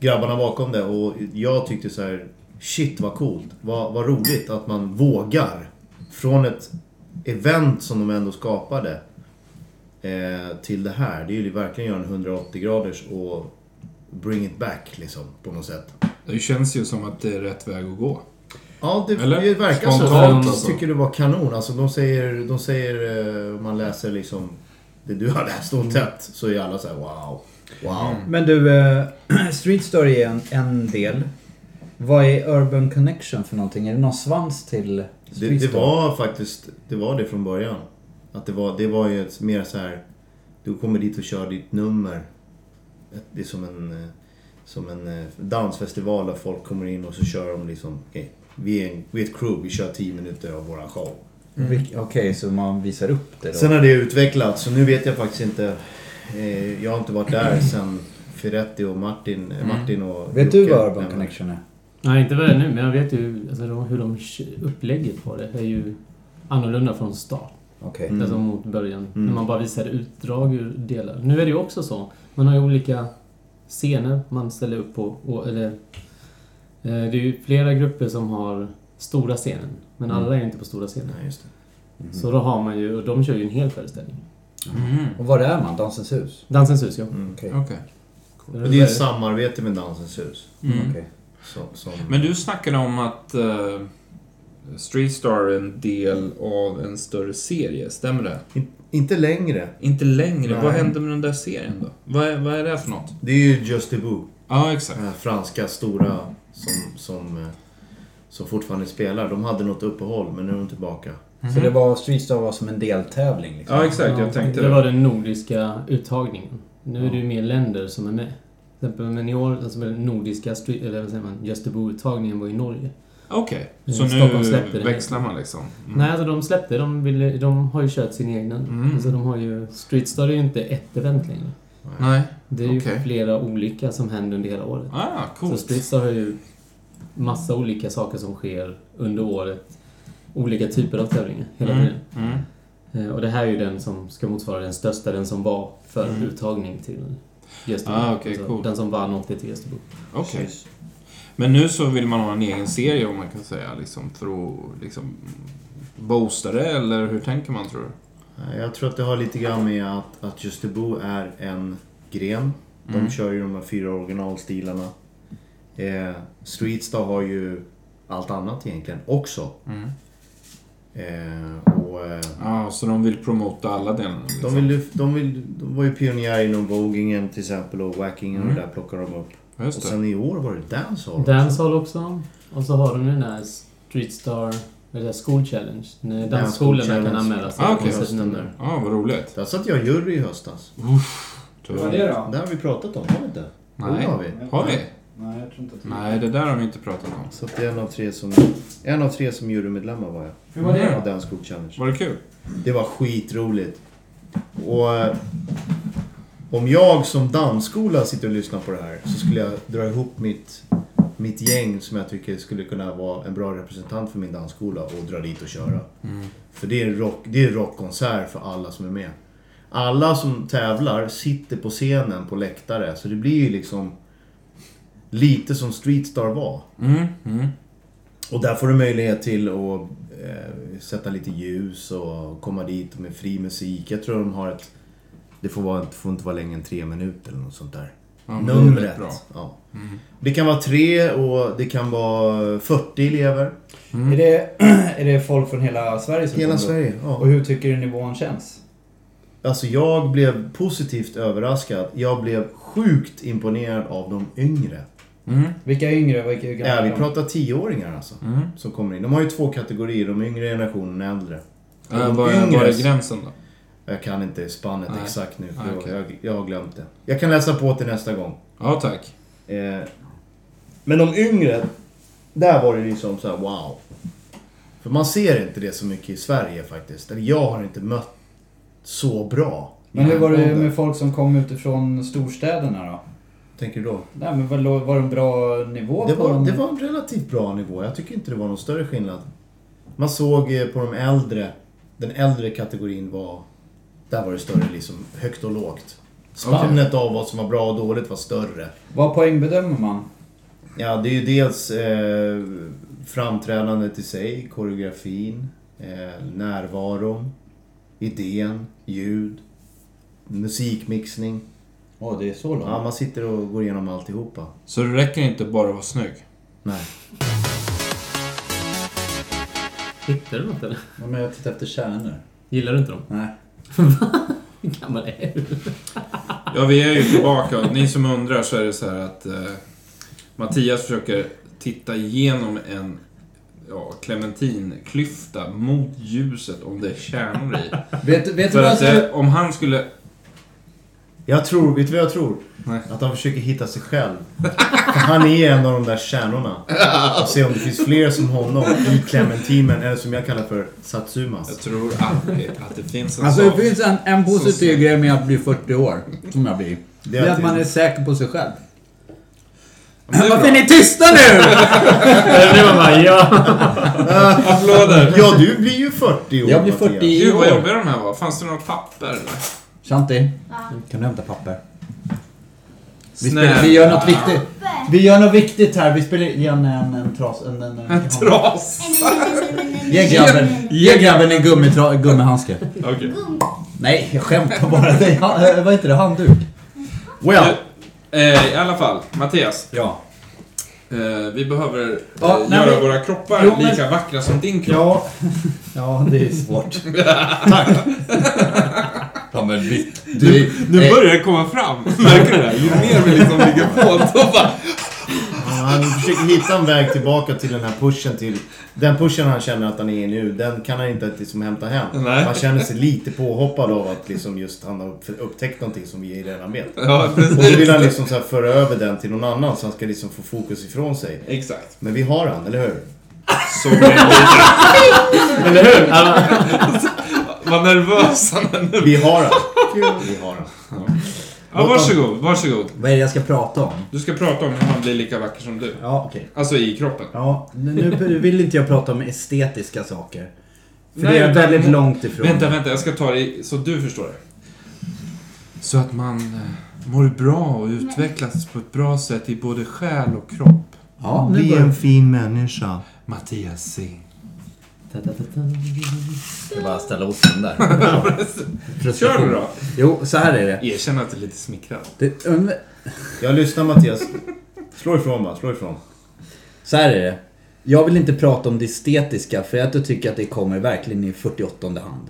[SPEAKER 1] Grabbarna bakom det och jag tyckte så här... Shit vad coolt. Vad, vad roligt att man vågar. Från ett event som de ändå skapade eh, till det här. Det är ju verkligen göra en 180 graders och bring it back liksom på något sätt.
[SPEAKER 2] Det känns ju som att det är rätt väg att gå.
[SPEAKER 1] Ja, det,
[SPEAKER 2] Eller?
[SPEAKER 1] det verkar så.
[SPEAKER 2] Spontant,
[SPEAKER 1] De
[SPEAKER 2] alltså.
[SPEAKER 1] tycker det var kanon. Alltså, de säger, de säger, eh, man läser liksom det du har läst
[SPEAKER 2] Mm.
[SPEAKER 1] om tätt, så är alla så här wow. Wow.
[SPEAKER 7] Men du, eh, *clears throat* Street Story är en, en del. Vad är Urban Connection för någonting? Är det någon svans till
[SPEAKER 1] Det,
[SPEAKER 7] Street
[SPEAKER 1] det
[SPEAKER 7] Story?
[SPEAKER 1] var faktiskt, det var det från början. Att det var, det var ju ett, mer så här, du kommer dit och kör ditt nummer. Ett- Det är som en, eh, som en eh, dansfestival där folk kommer in och så kör de liksom, okej, vi, är en, vi är ett crew, vi kör 10 minuter av våran show.
[SPEAKER 7] Vil- Mm. Okej, så man visar upp det då?
[SPEAKER 1] Sen har det utvecklats, så nu vet jag faktiskt inte. Eh, jag har inte varit där sen Ferretti och Martin, eh, Martin och
[SPEAKER 7] Mm. Vet du
[SPEAKER 1] Jocke
[SPEAKER 7] vad Urban
[SPEAKER 1] nämnde.
[SPEAKER 7] Connection är?
[SPEAKER 4] Nej, inte vad det är nu, men jag vet ju alltså, de, hur de upplägget på det är ju annorlunda från start.
[SPEAKER 7] Okej.
[SPEAKER 1] Mm.
[SPEAKER 4] Alltså mot början.
[SPEAKER 1] Mm.
[SPEAKER 4] När man bara visar utdrag ur delar. Nu är det ju också så. Man har ju olika scener man ställer upp på. Och, eller, eh, det är ju flera grupper som har stora scenen. Men alla
[SPEAKER 1] Mm.
[SPEAKER 4] är ju inte på stora scenen.
[SPEAKER 1] Nej, just det. Mm.
[SPEAKER 4] Så då har man ju, och de kör ju en hel föreställning.
[SPEAKER 2] Mm.
[SPEAKER 7] Och var är man? Dansens hus?
[SPEAKER 4] Dansens hus, ja.
[SPEAKER 1] Mm.
[SPEAKER 7] Okej.
[SPEAKER 2] Okej.
[SPEAKER 1] Och det är ett samarbete med Dansens hus.
[SPEAKER 2] Mm.
[SPEAKER 7] okej.
[SPEAKER 1] Som, som,
[SPEAKER 2] Men du snackade om att uh, Street Star är en del av en större serie, stämmer det?
[SPEAKER 1] In, inte längre.
[SPEAKER 2] Inte längre.
[SPEAKER 1] Nej.
[SPEAKER 2] Vad hände med den där serien då? Vad är, vad är det för något?
[SPEAKER 1] Det är ju Just the Boo.
[SPEAKER 2] Ja, exakt.
[SPEAKER 1] Den här franska stora som, som, eh, som fortfarande spelar. De hade något uppehåll, men nu är de tillbaka.
[SPEAKER 2] Mhm.
[SPEAKER 7] Så det var, Street Star var som en deltävling liksom?
[SPEAKER 2] Ja, exakt. Jag tänkte
[SPEAKER 4] det
[SPEAKER 2] det.
[SPEAKER 4] var den nordiska uttagningen. Nu är det ju mer länder som är med. Till exempel, men i år, alltså den nordiska, stre- eller vad säger man, Göteborg-uttagningen var i Norge.
[SPEAKER 2] Okej,
[SPEAKER 4] Mm,
[SPEAKER 2] så
[SPEAKER 4] Stockholm
[SPEAKER 2] nu
[SPEAKER 4] släppte det.
[SPEAKER 2] växlar man liksom? Mm.
[SPEAKER 4] Nej, alltså de släppte. De, ville, de har ju kört sin egna.
[SPEAKER 2] Mm.
[SPEAKER 4] Alltså de har ju... Streetstar är ju inte ett event längre.
[SPEAKER 2] Nej.
[SPEAKER 4] Det är ju
[SPEAKER 2] Okej.
[SPEAKER 4] flera olika som händer under hela året.
[SPEAKER 2] Ah,
[SPEAKER 4] Så
[SPEAKER 2] coolt.
[SPEAKER 4] Streetstar har ju massa olika saker som sker under året. Olika typer av tävlingar hela
[SPEAKER 2] Mm.
[SPEAKER 4] tiden.
[SPEAKER 2] Mm.
[SPEAKER 4] Eh, Och det här är ju den som ska motsvara den största, den som var för
[SPEAKER 2] Mm.
[SPEAKER 4] uttagning till Göteborg. Alltså,
[SPEAKER 2] Ah, okej, coolt.
[SPEAKER 4] Den som vann åkte till Göteborg.
[SPEAKER 2] Okej. Men nu så vill man ha en egen serie om man kan säga liksom för att liksom boosta det eller hur tänker man tror du?
[SPEAKER 1] Nej, Eh, Jag tror att det har lite grann med att, att Just the Boo är en gren. De
[SPEAKER 2] Mm.
[SPEAKER 1] kör ju de här fyra originalstilarna. Eh, Streetstar har ju allt annat egentligen också.
[SPEAKER 2] Mm.
[SPEAKER 1] Eh, och, eh,
[SPEAKER 2] Ja, så de vill promota alla delarna liksom.
[SPEAKER 1] de, vill, ju- de, vill, de var ju pionjärer inom vogingen till exempel och wackingen och det där plockar de upp.
[SPEAKER 2] Ja,
[SPEAKER 1] Och
[SPEAKER 2] Mm. Just det.
[SPEAKER 1] sen i år var det dancehall också.
[SPEAKER 4] Dancehall också. Och så har de den här Streetstar... Eller School Challenge. När dansskolorna kan
[SPEAKER 1] Challenge.
[SPEAKER 4] anmäla sig.
[SPEAKER 2] Ah,
[SPEAKER 4] och
[SPEAKER 2] okej.
[SPEAKER 4] sätta ett nummer.
[SPEAKER 2] Ja, vad roligt.
[SPEAKER 1] Där satt jag i jury i höstas.
[SPEAKER 3] då?
[SPEAKER 1] Det har vi pratat om, har vi inte? Jo, det
[SPEAKER 2] Nej.
[SPEAKER 1] har vi.
[SPEAKER 2] Har vi?
[SPEAKER 3] Nej, jag tror inte att det
[SPEAKER 2] Nej, det där har vi inte pratat om.
[SPEAKER 1] Så att det är en av tre som, en av tre som jurymedlemmar var jag.
[SPEAKER 3] Hur var det
[SPEAKER 1] Av Dance Group Challenge.
[SPEAKER 2] Var det kul?
[SPEAKER 1] Det var skitroligt. Och eh, om jag som dansskola sitter och lyssnar på det här så skulle jag dra ihop mitt, mitt gäng som jag tycker skulle kunna vara en bra representant för min dansskola och dra dit och köra. För det är, en rock, det är en rockkonsert för alla som är med. Alla som tävlar sitter på scenen på läktare så det blir ju liksom lite som Streetstar var.
[SPEAKER 2] Mm, mm.
[SPEAKER 1] Och där får du möjlighet till att eh, sätta lite ljus och komma dit med fri musik. Jag tror de har ett... Det får, vara, det får inte vara längre än tre minuter eller något sånt där.
[SPEAKER 2] Ja, men det är rätt
[SPEAKER 1] numret.
[SPEAKER 2] Bra.
[SPEAKER 1] Ja.
[SPEAKER 2] Mm.
[SPEAKER 1] Det kan vara tre och det kan vara 40 elever.
[SPEAKER 2] Mm.
[SPEAKER 7] Är, det, *clears throat* är det folk från hela Sverige som
[SPEAKER 1] Hela
[SPEAKER 7] kommer då?
[SPEAKER 1] Sverige.
[SPEAKER 7] Och
[SPEAKER 1] Ja.
[SPEAKER 7] hur tycker du nivån känns?
[SPEAKER 1] Alltså jag blev positivt överraskad. Jag blev sjukt imponerad av de yngre.
[SPEAKER 2] Mm.
[SPEAKER 7] Vilka är yngre och vilka är gamla?
[SPEAKER 1] Ja, vi pratar tioåringar alltså.
[SPEAKER 2] Mm.
[SPEAKER 1] Som kommer in. De har ju två kategorier. De yngre generationen och äldre. Och
[SPEAKER 2] Äh,
[SPEAKER 1] de
[SPEAKER 2] var, är- var
[SPEAKER 1] yngre-
[SPEAKER 2] är gränsen då?
[SPEAKER 1] Jag kan inte spannet
[SPEAKER 2] Nej.
[SPEAKER 1] exakt nu. För
[SPEAKER 2] Ah, okej.
[SPEAKER 1] jag, jag, jag har glömt det. Jag kan läsa på till nästa gång.
[SPEAKER 2] Ja, tack.
[SPEAKER 1] Eh, men de yngre, där var det liksom så här: wow. För man ser inte det så mycket i Sverige faktiskt. Eller jag har inte mött så bra.
[SPEAKER 7] Men hur var det
[SPEAKER 1] jämnåldrar.
[SPEAKER 7] med folk som kom utifrån storstäderna då?
[SPEAKER 1] Tänker du då?
[SPEAKER 7] Nej, men var, lå- var det en bra nivå
[SPEAKER 1] Det
[SPEAKER 7] på dem?
[SPEAKER 1] var, det var en relativt bra nivå. Jag tycker inte det var någon större skillnad. Man såg eh, på de äldre, den äldre kategorin var... Där var det större liksom, högt och lågt. Spannet av vad som var bra och dåligt var större.
[SPEAKER 7] Vad poängbedömer man?
[SPEAKER 1] Ja, det är ju dels eh, framträdandet i sig, koreografin, eh, närvaron, idén, ljud, musikmixning.
[SPEAKER 7] Åh, det är så långt.
[SPEAKER 1] Ja, man sitter och går igenom alltihopa.
[SPEAKER 2] Så det räcker inte bara att vara snygg?
[SPEAKER 1] Nej.
[SPEAKER 4] Hittar du något eller?
[SPEAKER 7] Ja, men jag tittar efter kärnor.
[SPEAKER 4] Gillar du inte dem?
[SPEAKER 7] Nej.
[SPEAKER 4] Hur gammal är du?
[SPEAKER 2] Ja, vi är ju tillbaka. Ni som undrar så är det så här att eh, Mattias försöker titta igenom en ja, clementinklyfta mot ljuset om det är kärnor i.
[SPEAKER 7] Vet, vet du
[SPEAKER 2] För
[SPEAKER 7] vad
[SPEAKER 2] att
[SPEAKER 7] jag skulle...
[SPEAKER 2] eh, om han skulle...
[SPEAKER 1] Jag tror, vet du vad jag tror?
[SPEAKER 2] Nej.
[SPEAKER 1] Att han försöker hitta sig själv. För han är en av de där kärnorna. Och se om det finns fler som honom i Clementimen, eller som jag kallar för
[SPEAKER 2] Jag
[SPEAKER 1] Satsumas.
[SPEAKER 2] tror aldrig att det finns en
[SPEAKER 7] Alltså
[SPEAKER 2] sak.
[SPEAKER 7] det finns en, en positiv grej med att bli 40 år, som jag blir. Det är att man är säker på sig själv.
[SPEAKER 2] Men det är
[SPEAKER 7] Varför
[SPEAKER 2] bra.
[SPEAKER 7] är ni tysta nu?
[SPEAKER 4] Nu var bara, ja.
[SPEAKER 2] Applåder!
[SPEAKER 1] Ja, du blir ju 40 år
[SPEAKER 7] Jag blir
[SPEAKER 1] Mattias.
[SPEAKER 7] 40 i
[SPEAKER 2] Gud vad
[SPEAKER 7] år.
[SPEAKER 2] jobbiga de här var. Fanns det några papper eller?
[SPEAKER 7] Shanti,
[SPEAKER 5] Ja.
[SPEAKER 7] kan du hämta papper? Vi, spelar,
[SPEAKER 2] Snälla.
[SPEAKER 7] vi gör något viktigt.
[SPEAKER 5] Uppe.
[SPEAKER 7] Vi gör något viktigt här. Vi spelar igen en, en tras... En, en, en,
[SPEAKER 2] En tras!
[SPEAKER 7] Ge grabben, ge grabben en gummitra, gummihandske.
[SPEAKER 2] Okej.
[SPEAKER 5] Gum.
[SPEAKER 7] Nej, jag skämtar bara. Nej, han, eh, vad heter det? Handduk?
[SPEAKER 1] Well,
[SPEAKER 2] Eh, I alla fall, Mattias.
[SPEAKER 7] Ja.
[SPEAKER 2] Eh, vi behöver eh,
[SPEAKER 7] Ja, nej,
[SPEAKER 2] göra
[SPEAKER 7] men-
[SPEAKER 2] våra kroppar
[SPEAKER 7] Jo, men-
[SPEAKER 2] lika vackra som din kropp.
[SPEAKER 7] Ja. Ja, det är svårt.
[SPEAKER 6] Ja, men vi...
[SPEAKER 7] Du, eh,
[SPEAKER 2] Nu börjar det komma fram. Märker du det? Ju mer vi liksom ligger på, då bara...
[SPEAKER 1] han försöker hitta en väg tillbaka till den här pushen till... Den pushen han känner att han är i nu, den kan han inte liksom hämta hem.
[SPEAKER 2] Nej.
[SPEAKER 1] Han känner sig lite påhoppad av att liksom just han har upp- upptäckt någonting som vi redan
[SPEAKER 2] *laughs*
[SPEAKER 1] vet.
[SPEAKER 2] Ja,
[SPEAKER 1] Och då vill
[SPEAKER 2] precis.
[SPEAKER 1] han liksom så här föra över den till någon annan så han ska liksom få fokus ifrån sig.
[SPEAKER 2] Exakt.
[SPEAKER 1] Men vi har han, eller hur?
[SPEAKER 2] Så bra.
[SPEAKER 4] Eller hur? Alla-
[SPEAKER 2] Vad nervös han är nu.
[SPEAKER 1] Vi har han. Vi har han.
[SPEAKER 2] Ja, varsågod, varsågod.
[SPEAKER 7] vad är det jag ska prata om?
[SPEAKER 2] Du ska prata om hur man blir lika vacker som du.
[SPEAKER 7] Ja, okej.
[SPEAKER 2] Alltså i kroppen.
[SPEAKER 7] Ja, nu nu vill inte jag prata om estetiska saker. För
[SPEAKER 2] Nej,
[SPEAKER 7] det är jag
[SPEAKER 2] utan-
[SPEAKER 7] väldigt långt ifrån.
[SPEAKER 2] Vänta, vänta, jag ska ta det i- så du förstår det. Så att man eh, mår bra och utvecklas på ett bra sätt i både själ och kropp.
[SPEAKER 7] Ja, nu börjar...
[SPEAKER 1] fin människa.
[SPEAKER 2] Mattias Singh.
[SPEAKER 4] Ta, ta, ta, ta.
[SPEAKER 7] Det är bara att ställa osten där.
[SPEAKER 2] Kör du då!
[SPEAKER 7] Jo, så här är det.
[SPEAKER 2] Erkänn att du är lite smickrad.
[SPEAKER 7] det um,
[SPEAKER 1] Jag lyssnar Mattias. Slå ifrån bara, slå ifrån.
[SPEAKER 7] så här är det. Jag vill inte prata om det estetiska för jag tycker att det kommer verkligen i 48 hand.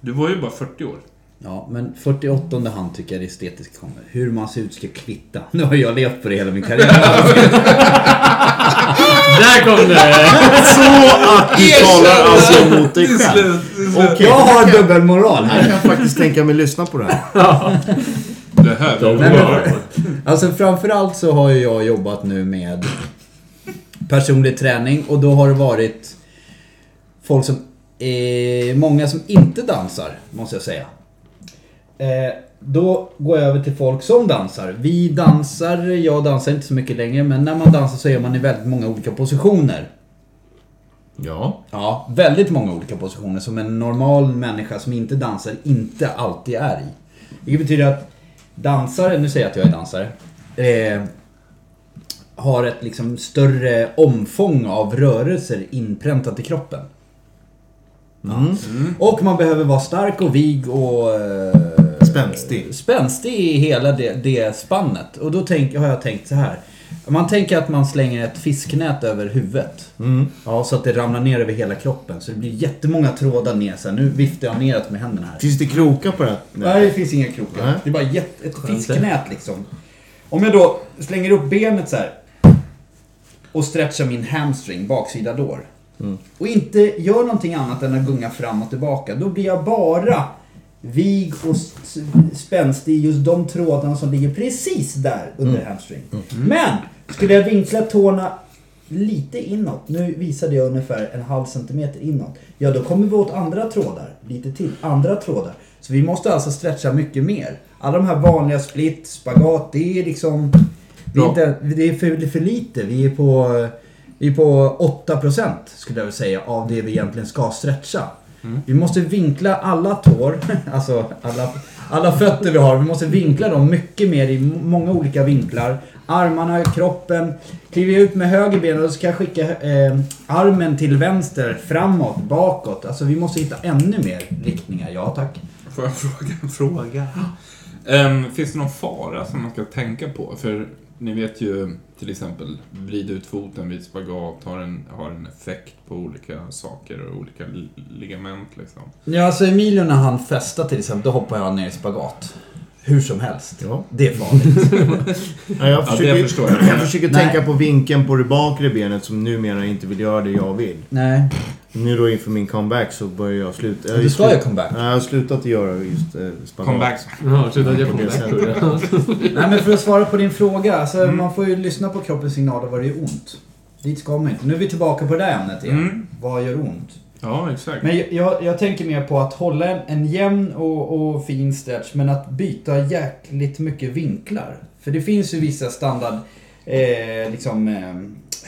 [SPEAKER 2] Du var ju bara 40 år.
[SPEAKER 7] Ja, men 48 hand tycker jag det estetiska kommer. Hur man ser ut ska kvitta. Nu har jag levt på det hela min karriär.
[SPEAKER 4] Där kom det!
[SPEAKER 1] Du talar alltså mot dig själv.
[SPEAKER 7] Jag har dubbelmoral här.
[SPEAKER 1] Jag kan faktiskt tänka mig lyssna på det här.
[SPEAKER 2] Det här var
[SPEAKER 7] Nej, men, alltså framförallt så har ju jag jobbat nu med personlig träning och då har det varit folk som, eh, många som inte dansar, måste jag säga. Eh, då går jag över till folk som dansar. Vi dansar, jag dansar inte så mycket längre, men när man dansar så är man i väldigt många olika positioner.
[SPEAKER 1] Ja.
[SPEAKER 7] Ja, väldigt många olika positioner som en normal människa som inte dansar inte alltid är i. Vilket betyder att dansare, nu säger jag att jag är dansare, eh, har ett liksom större omfång av rörelser inpräntat i kroppen. Och man behöver vara stark och vig och... Eh,
[SPEAKER 8] Spänstig.
[SPEAKER 7] spänstig i hela det, det spannet. Och då tänk, har jag tänkt så här. Man tänker att man slänger ett fisknät över huvudet. Ja, så att det ramlar ner över hela kroppen. Så det blir jättemånga trådar ner sen. Nu viftar jag neråt med händerna här.
[SPEAKER 1] Finns det krokar på det här?
[SPEAKER 7] Nej, det finns inga krokar.
[SPEAKER 1] Nej.
[SPEAKER 7] Det är bara jätte, ett fisknät liksom. Om jag då slänger upp benet så här och stretchar min hamstring, baksida lår. Och inte gör någonting annat än att gunga fram och tillbaka. Då blir jag bara vig och s- s- spänstig i just de trådarna som ligger precis där under hamstring. Mm. Men skulle jag vinkla tårna lite inåt, nu visade jag ungefär en halv centimeter inåt. Ja, då kommer vi åt andra trådar, lite till, andra trådar. Så vi måste alltså stretcha mycket mer. Alla de här vanliga split, spagat, det är liksom... Det är,
[SPEAKER 2] Ja.
[SPEAKER 7] inte, det är för, för lite. Vi är på, vi är på 8% skulle jag vilja säga av det vi egentligen ska stretcha. Vi måste vinkla alla tår, *laughs* alltså alla, alla fötter vi har, vi måste vinkla dem mycket mer i många olika vinklar. Armarna, kroppen. Kliver jag ut med höger ben och ska jag skicka eh, armen till vänster, framåt, bakåt. Alltså vi måste hitta ännu mer riktningar. Ja tack.
[SPEAKER 2] Får jag fråga en fråga? Ehm, finns det någon fara som man ska tänka på? För ni vet ju till exempel, vrid ut foten vid spagat har en, har en effekt på olika saker och olika li- ligament liksom.
[SPEAKER 7] Ja, alltså Emilio när han festar till exempel, då hoppar jag ner i spagat. Hur som helst.
[SPEAKER 1] Ja.
[SPEAKER 7] Det är farligt.
[SPEAKER 1] Nej, jag
[SPEAKER 2] det
[SPEAKER 1] försöker,
[SPEAKER 2] förstår
[SPEAKER 1] jag.
[SPEAKER 2] jag.
[SPEAKER 1] försöker
[SPEAKER 7] Nej.
[SPEAKER 1] tänka på vinkeln på det bakre benet som numera inte vill göra det jag vill.
[SPEAKER 7] *laughs* Nej.
[SPEAKER 1] Nu då inför min comeback så börjar jag sluta.
[SPEAKER 7] Du ska ju comeback.
[SPEAKER 1] Nej, jag har slutat att göra just eh, spagat.
[SPEAKER 2] Comeback.
[SPEAKER 4] Ja, sluta att jag
[SPEAKER 1] På
[SPEAKER 4] kommer
[SPEAKER 1] det
[SPEAKER 4] back tror jag.
[SPEAKER 7] Nej men för att svara på din fråga, alltså, man får ju lyssna på kroppens signaler vad det gör ont. Dit ska man inte. Nu är vi tillbaka på det där ämnet igen.
[SPEAKER 2] Mm.
[SPEAKER 7] Vad gör ont?
[SPEAKER 2] Ja, exakt.
[SPEAKER 7] Men jag- jag, jag tänker mer på att hålla en, en jämn och, och fin stretch men att byta jäkligt mycket vinklar. För det finns ju vissa standard eh, liksom, eh,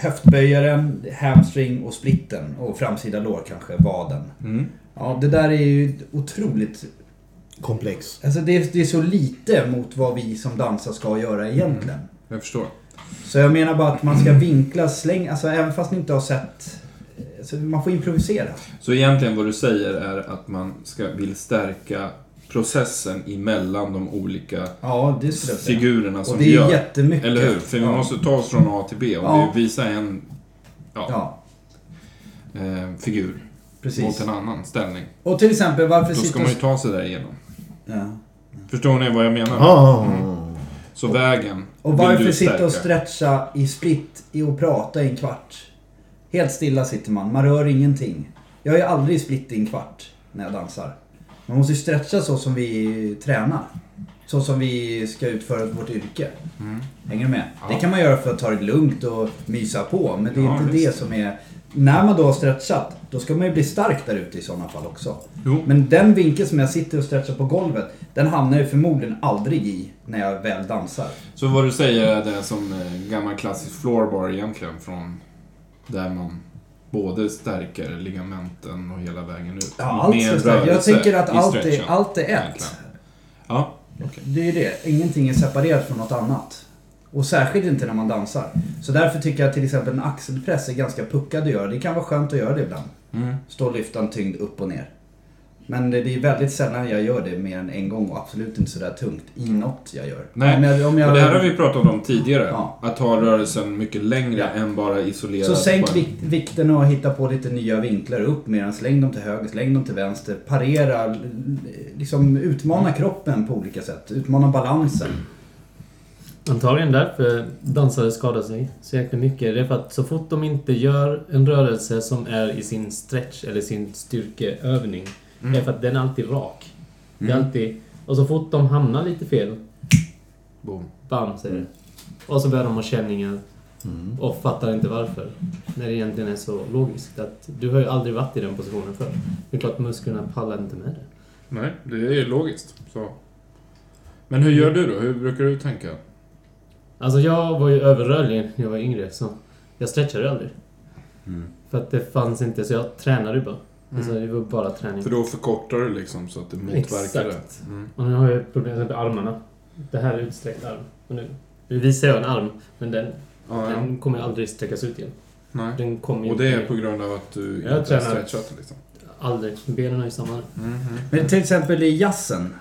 [SPEAKER 7] höftböjaren, hamstring och splitten och framsida lår kanske, vaden.
[SPEAKER 2] Mm.
[SPEAKER 7] Ja, det där är ju otroligt
[SPEAKER 1] Komplex.
[SPEAKER 7] Alltså det är, det är så lite mot vad vi som dansar ska göra egentligen.
[SPEAKER 2] Jag förstår.
[SPEAKER 7] Så jag menar bara att man ska vinkla, släng, alltså även fast ni inte har sett. Alltså man får improvisera.
[SPEAKER 2] Så egentligen vad du säger är att man ska, vill stärka processen emellan de olika
[SPEAKER 7] Ja, det skulle jag säga.
[SPEAKER 2] figurerna som
[SPEAKER 7] Och det
[SPEAKER 2] vi
[SPEAKER 7] är
[SPEAKER 2] gör.
[SPEAKER 7] jättemycket.
[SPEAKER 2] Eller hur? För vi
[SPEAKER 7] Ja.
[SPEAKER 2] måste ta oss från A till B och
[SPEAKER 7] Ja.
[SPEAKER 2] vi visar en ja,
[SPEAKER 7] Ja,
[SPEAKER 2] eh, figur mot
[SPEAKER 7] precis.
[SPEAKER 2] en annan ställning.
[SPEAKER 7] Och till exempel varför
[SPEAKER 2] Då ska
[SPEAKER 7] sitter...
[SPEAKER 2] man ju ta sig där igenom.
[SPEAKER 7] Ja.
[SPEAKER 2] Förstår ni vad jag menar?
[SPEAKER 1] Ah.
[SPEAKER 2] Så vägen
[SPEAKER 7] Och
[SPEAKER 2] vill
[SPEAKER 7] varför
[SPEAKER 2] du
[SPEAKER 7] sitta och
[SPEAKER 2] stärka.
[SPEAKER 7] stretcha i split i och prata i en kvart? Helt stilla sitter man, man rör ingenting. Jag är aldrig i split i en kvart när jag dansar. Man måste ju stretcha så som vi tränar. Så som vi ska utföra vårt yrke. Hänger du
[SPEAKER 2] Mm.
[SPEAKER 7] med?
[SPEAKER 2] Ja.
[SPEAKER 7] Det kan man göra för att ta det lugnt och mysa på, men det är
[SPEAKER 2] Ja,
[SPEAKER 7] inte
[SPEAKER 2] visst.
[SPEAKER 7] det som är... När man då har stretchat, då ska man ju bli stark där ute i sådana fall också.
[SPEAKER 2] Jo.
[SPEAKER 7] Men den vinkeln som jag sitter och stretchar på golvet, den hamnar ju förmodligen aldrig i när jag väl dansar.
[SPEAKER 2] Så vad du säger är det som eh, gammal klassisk floorbar egentligen från där man både stärker ligamenten och hela vägen ut.
[SPEAKER 7] Ja, allt
[SPEAKER 2] Med
[SPEAKER 7] ska stärka. Jag
[SPEAKER 2] rörelse
[SPEAKER 7] tänker att
[SPEAKER 2] i
[SPEAKER 7] allt är,
[SPEAKER 2] stretchen.
[SPEAKER 7] allt är ett.
[SPEAKER 2] egentligen. Ja, okej.
[SPEAKER 7] Det är ju det. Ingenting är separerat från något annat. Och särskilt inte när man dansar. Så därför tycker jag till exempel en axelpress är ganska puckad att göra. Det kan vara skönt att göra det ibland.
[SPEAKER 2] Mm.
[SPEAKER 7] Stå och lyfta en tyngd upp och ner. Men det det är väldigt sällan jag gör det mer än en gång och absolut inte sådär tungt i något jag gör.
[SPEAKER 2] Nej,
[SPEAKER 7] Om jag, om jag,
[SPEAKER 2] Och det här har vi pratat om tidigare.
[SPEAKER 7] Ja.
[SPEAKER 2] Att ha rörelsen mycket längre
[SPEAKER 7] Ja.
[SPEAKER 2] än bara isolerat.
[SPEAKER 7] Så
[SPEAKER 2] på
[SPEAKER 7] sänk
[SPEAKER 2] en-
[SPEAKER 7] vik- vikten och hitta på lite nya vinklar upp med den. Släng dem till höger, släng dem till vänster. Parera, l- liksom
[SPEAKER 2] Mm.
[SPEAKER 7] utmana kroppen på olika sätt. Utmana balansen.
[SPEAKER 4] Antagligen därför dansare skadar sig så jäkla mycket. Det är för att så fort de inte gör en rörelse som är i sin stretch eller sin styrkeövning. Det är för att den är alltid rak. Det är alltid... Och så fort de hamnar lite fel,
[SPEAKER 2] Boom.
[SPEAKER 4] bam säger det. Och så börjar de ha känningar
[SPEAKER 2] Mm.
[SPEAKER 4] och fattar inte varför. När det egentligen är så logiskt att du har ju aldrig varit i den positionen förr. Det är klart musklerna pallar inte med det.
[SPEAKER 2] Nej, det är ju logiskt. Så. Men hur
[SPEAKER 7] Mm.
[SPEAKER 2] gör du då? Hur brukar du tänka?
[SPEAKER 4] Alltså jag var ju överrörlig när jag var yngre så jag stretchade aldrig.
[SPEAKER 7] Mm.
[SPEAKER 4] För att det fanns inte, så jag tränade ju bara. Alltså det var bara träning.
[SPEAKER 2] För då förkortar Mm. du liksom så att det motverkar
[SPEAKER 4] Exakt.
[SPEAKER 2] det. Mm.
[SPEAKER 4] Och nu har jag ett problem med armarna. Det här är utsträckt arm. Och nu, nu visar jag en arm, men den,
[SPEAKER 2] Ja, ja.
[SPEAKER 4] den kommer aldrig sträckas ut igen.
[SPEAKER 2] Nej.
[SPEAKER 4] Den kommer ju
[SPEAKER 2] Och det
[SPEAKER 4] inte
[SPEAKER 2] är på grund av att du
[SPEAKER 4] Jag
[SPEAKER 2] inte har
[SPEAKER 4] tränar-
[SPEAKER 2] stretchat liksom.
[SPEAKER 7] Mm-hmm.
[SPEAKER 4] Aldrig. Benen är ju samma.
[SPEAKER 7] Men till exempel i jazzen.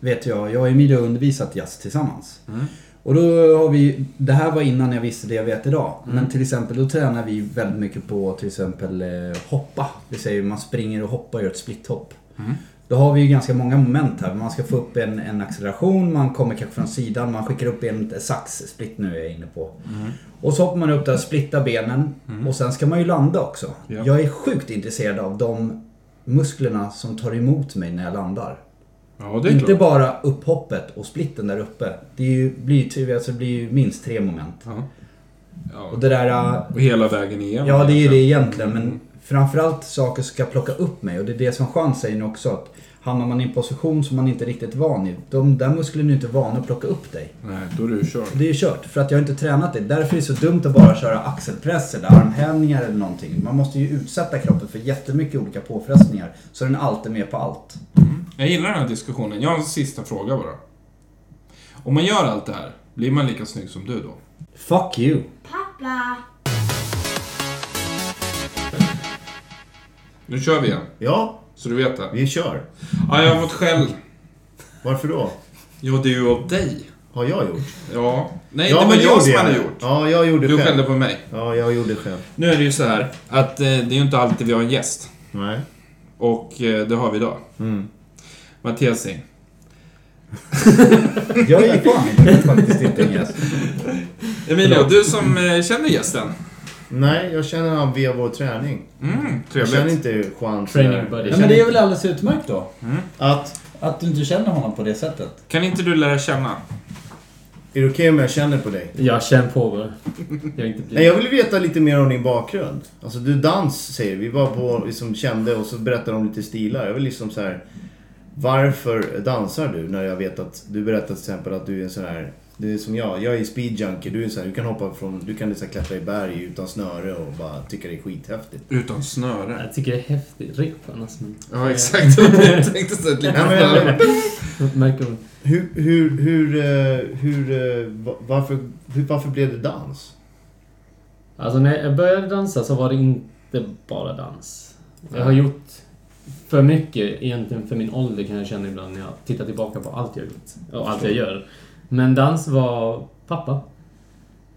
[SPEAKER 7] vet jag, jag och Emilia har undervisat jazz tillsammans.
[SPEAKER 2] Mm.
[SPEAKER 7] Och då har vi, det här var innan jag visste det jag vet idag.
[SPEAKER 2] Mm.
[SPEAKER 7] Men till exempel då tränar vi väldigt mycket på till exempel eh, hoppa. Det säger man springer och hoppar och gör ett splitthopp.
[SPEAKER 2] Mm.
[SPEAKER 7] Då har vi ju ganska många moment här. Man ska få upp en, en acceleration, man kommer kanske från sidan, man skickar upp en sax, split nu är jag inne på.
[SPEAKER 2] Mm.
[SPEAKER 7] Och så hoppar man upp där och splittar benen. Och sen ska man ju landa också.
[SPEAKER 2] Ja.
[SPEAKER 7] Jag är sjukt intresserad av de musklerna som tar emot mig när jag landar.
[SPEAKER 2] Ja, det är
[SPEAKER 7] Inte
[SPEAKER 2] klart.
[SPEAKER 7] bara upphoppet och splitten där uppe. Det är ju, blir, ju, ty- alltså, det blir ju minst tre moment.
[SPEAKER 2] Ja.
[SPEAKER 7] Och
[SPEAKER 2] Ja.
[SPEAKER 7] det där... äh,
[SPEAKER 2] Och hela vägen igenom.
[SPEAKER 7] Ja, det är ju det
[SPEAKER 2] egentligen.
[SPEAKER 7] egentligen. Men framförallt saker som ska plocka upp mig. Och det är det som Jean säger nu också. Att hamnar man i en position som man inte är riktigt van i. De där musklerna är inte vana att plocka upp dig.
[SPEAKER 2] Nej, då är du körd.
[SPEAKER 7] Det är ju kört. För att jag har inte tränat det. Därför är det så dumt att bara köra axelpress eller armhävningar eller någonting. Man måste ju utsätta kroppen för jättemycket olika påfrestningar. Så den alltid är med på allt.
[SPEAKER 2] Mm. Jag gillar den här diskussionen. Jag har en sista fråga bara. Om man gör allt det här, blir man lika snygg som du då?
[SPEAKER 7] Fuck you!
[SPEAKER 5] *laughs* Pappa!
[SPEAKER 2] Nu kör vi igen,
[SPEAKER 1] Ja,
[SPEAKER 2] så du vet det.
[SPEAKER 1] vi kör.
[SPEAKER 2] Ja, jag har fått skäll.
[SPEAKER 1] Varför då?
[SPEAKER 2] Ja, det är ju av dig.
[SPEAKER 1] Har jag gjort?
[SPEAKER 2] Ja. Nej,
[SPEAKER 1] ja,
[SPEAKER 2] det var
[SPEAKER 1] men
[SPEAKER 2] jag
[SPEAKER 1] gjorde
[SPEAKER 2] som
[SPEAKER 1] jag.
[SPEAKER 2] hade gjort.
[SPEAKER 1] Ja, jag gjorde
[SPEAKER 2] Du
[SPEAKER 1] själv.
[SPEAKER 2] skällde på mig.
[SPEAKER 1] Ja, jag gjorde själv.
[SPEAKER 2] Nu är det ju så här att eh, det är ju inte alltid vi har en gäst.
[SPEAKER 1] Nej.
[SPEAKER 2] Och eh, det har vi idag.
[SPEAKER 1] Mm.
[SPEAKER 2] Mattias Singh.
[SPEAKER 7] Jag är fan inte faktiskt inte en gäst.
[SPEAKER 2] Emilio, du som eh, känner gästen.
[SPEAKER 1] Nej, jag känner han via vår träning.
[SPEAKER 2] Mm,
[SPEAKER 1] Jag känner
[SPEAKER 2] trevligt.
[SPEAKER 1] inte Juan sådär.
[SPEAKER 4] Training buddy.
[SPEAKER 7] Ja, men det är väl alldeles utmärkt då?
[SPEAKER 1] Att,
[SPEAKER 7] Att du inte känner honom på det sättet.
[SPEAKER 2] Kan inte du lära känna?
[SPEAKER 1] är det okej om jag känner på dig?
[SPEAKER 4] Jag känner på vad jag inte
[SPEAKER 1] Nej,
[SPEAKER 4] blir.
[SPEAKER 1] jag vill veta lite mer om din bakgrund. Alltså du dans säger vi, vi var på, liksom kände och så berättade de lite stilar. Jag vill liksom så här. Varför dansar du när jag vet att du berättar till exempel att du är en sån här du är som jag, jag är speed junkie. Du är så här, du kan hoppa från, du kan liksom klättra i berg utan snöre och bara tycka det är skithäftigt.
[SPEAKER 2] *laughs* Utan snöre.
[SPEAKER 4] Jag tycker det är häftigt. Repan alltså. men-
[SPEAKER 2] Ja, exakt. *laughs* Jag tänkte så ett litet
[SPEAKER 1] Nej, men jag-
[SPEAKER 2] snöre.
[SPEAKER 4] Märker hon.
[SPEAKER 1] Hur, hur, hur, eh, hur, eh, va- varför, hur, varför blev det dans?
[SPEAKER 4] Alltså när jag började dansa så var det inte bara dans. Jag har gjort för mycket egentligen för min ålder kan jag känna ibland när jag tittar tillbaka på allt jag har gjort. Och allt jag gör. Men dans var pappa.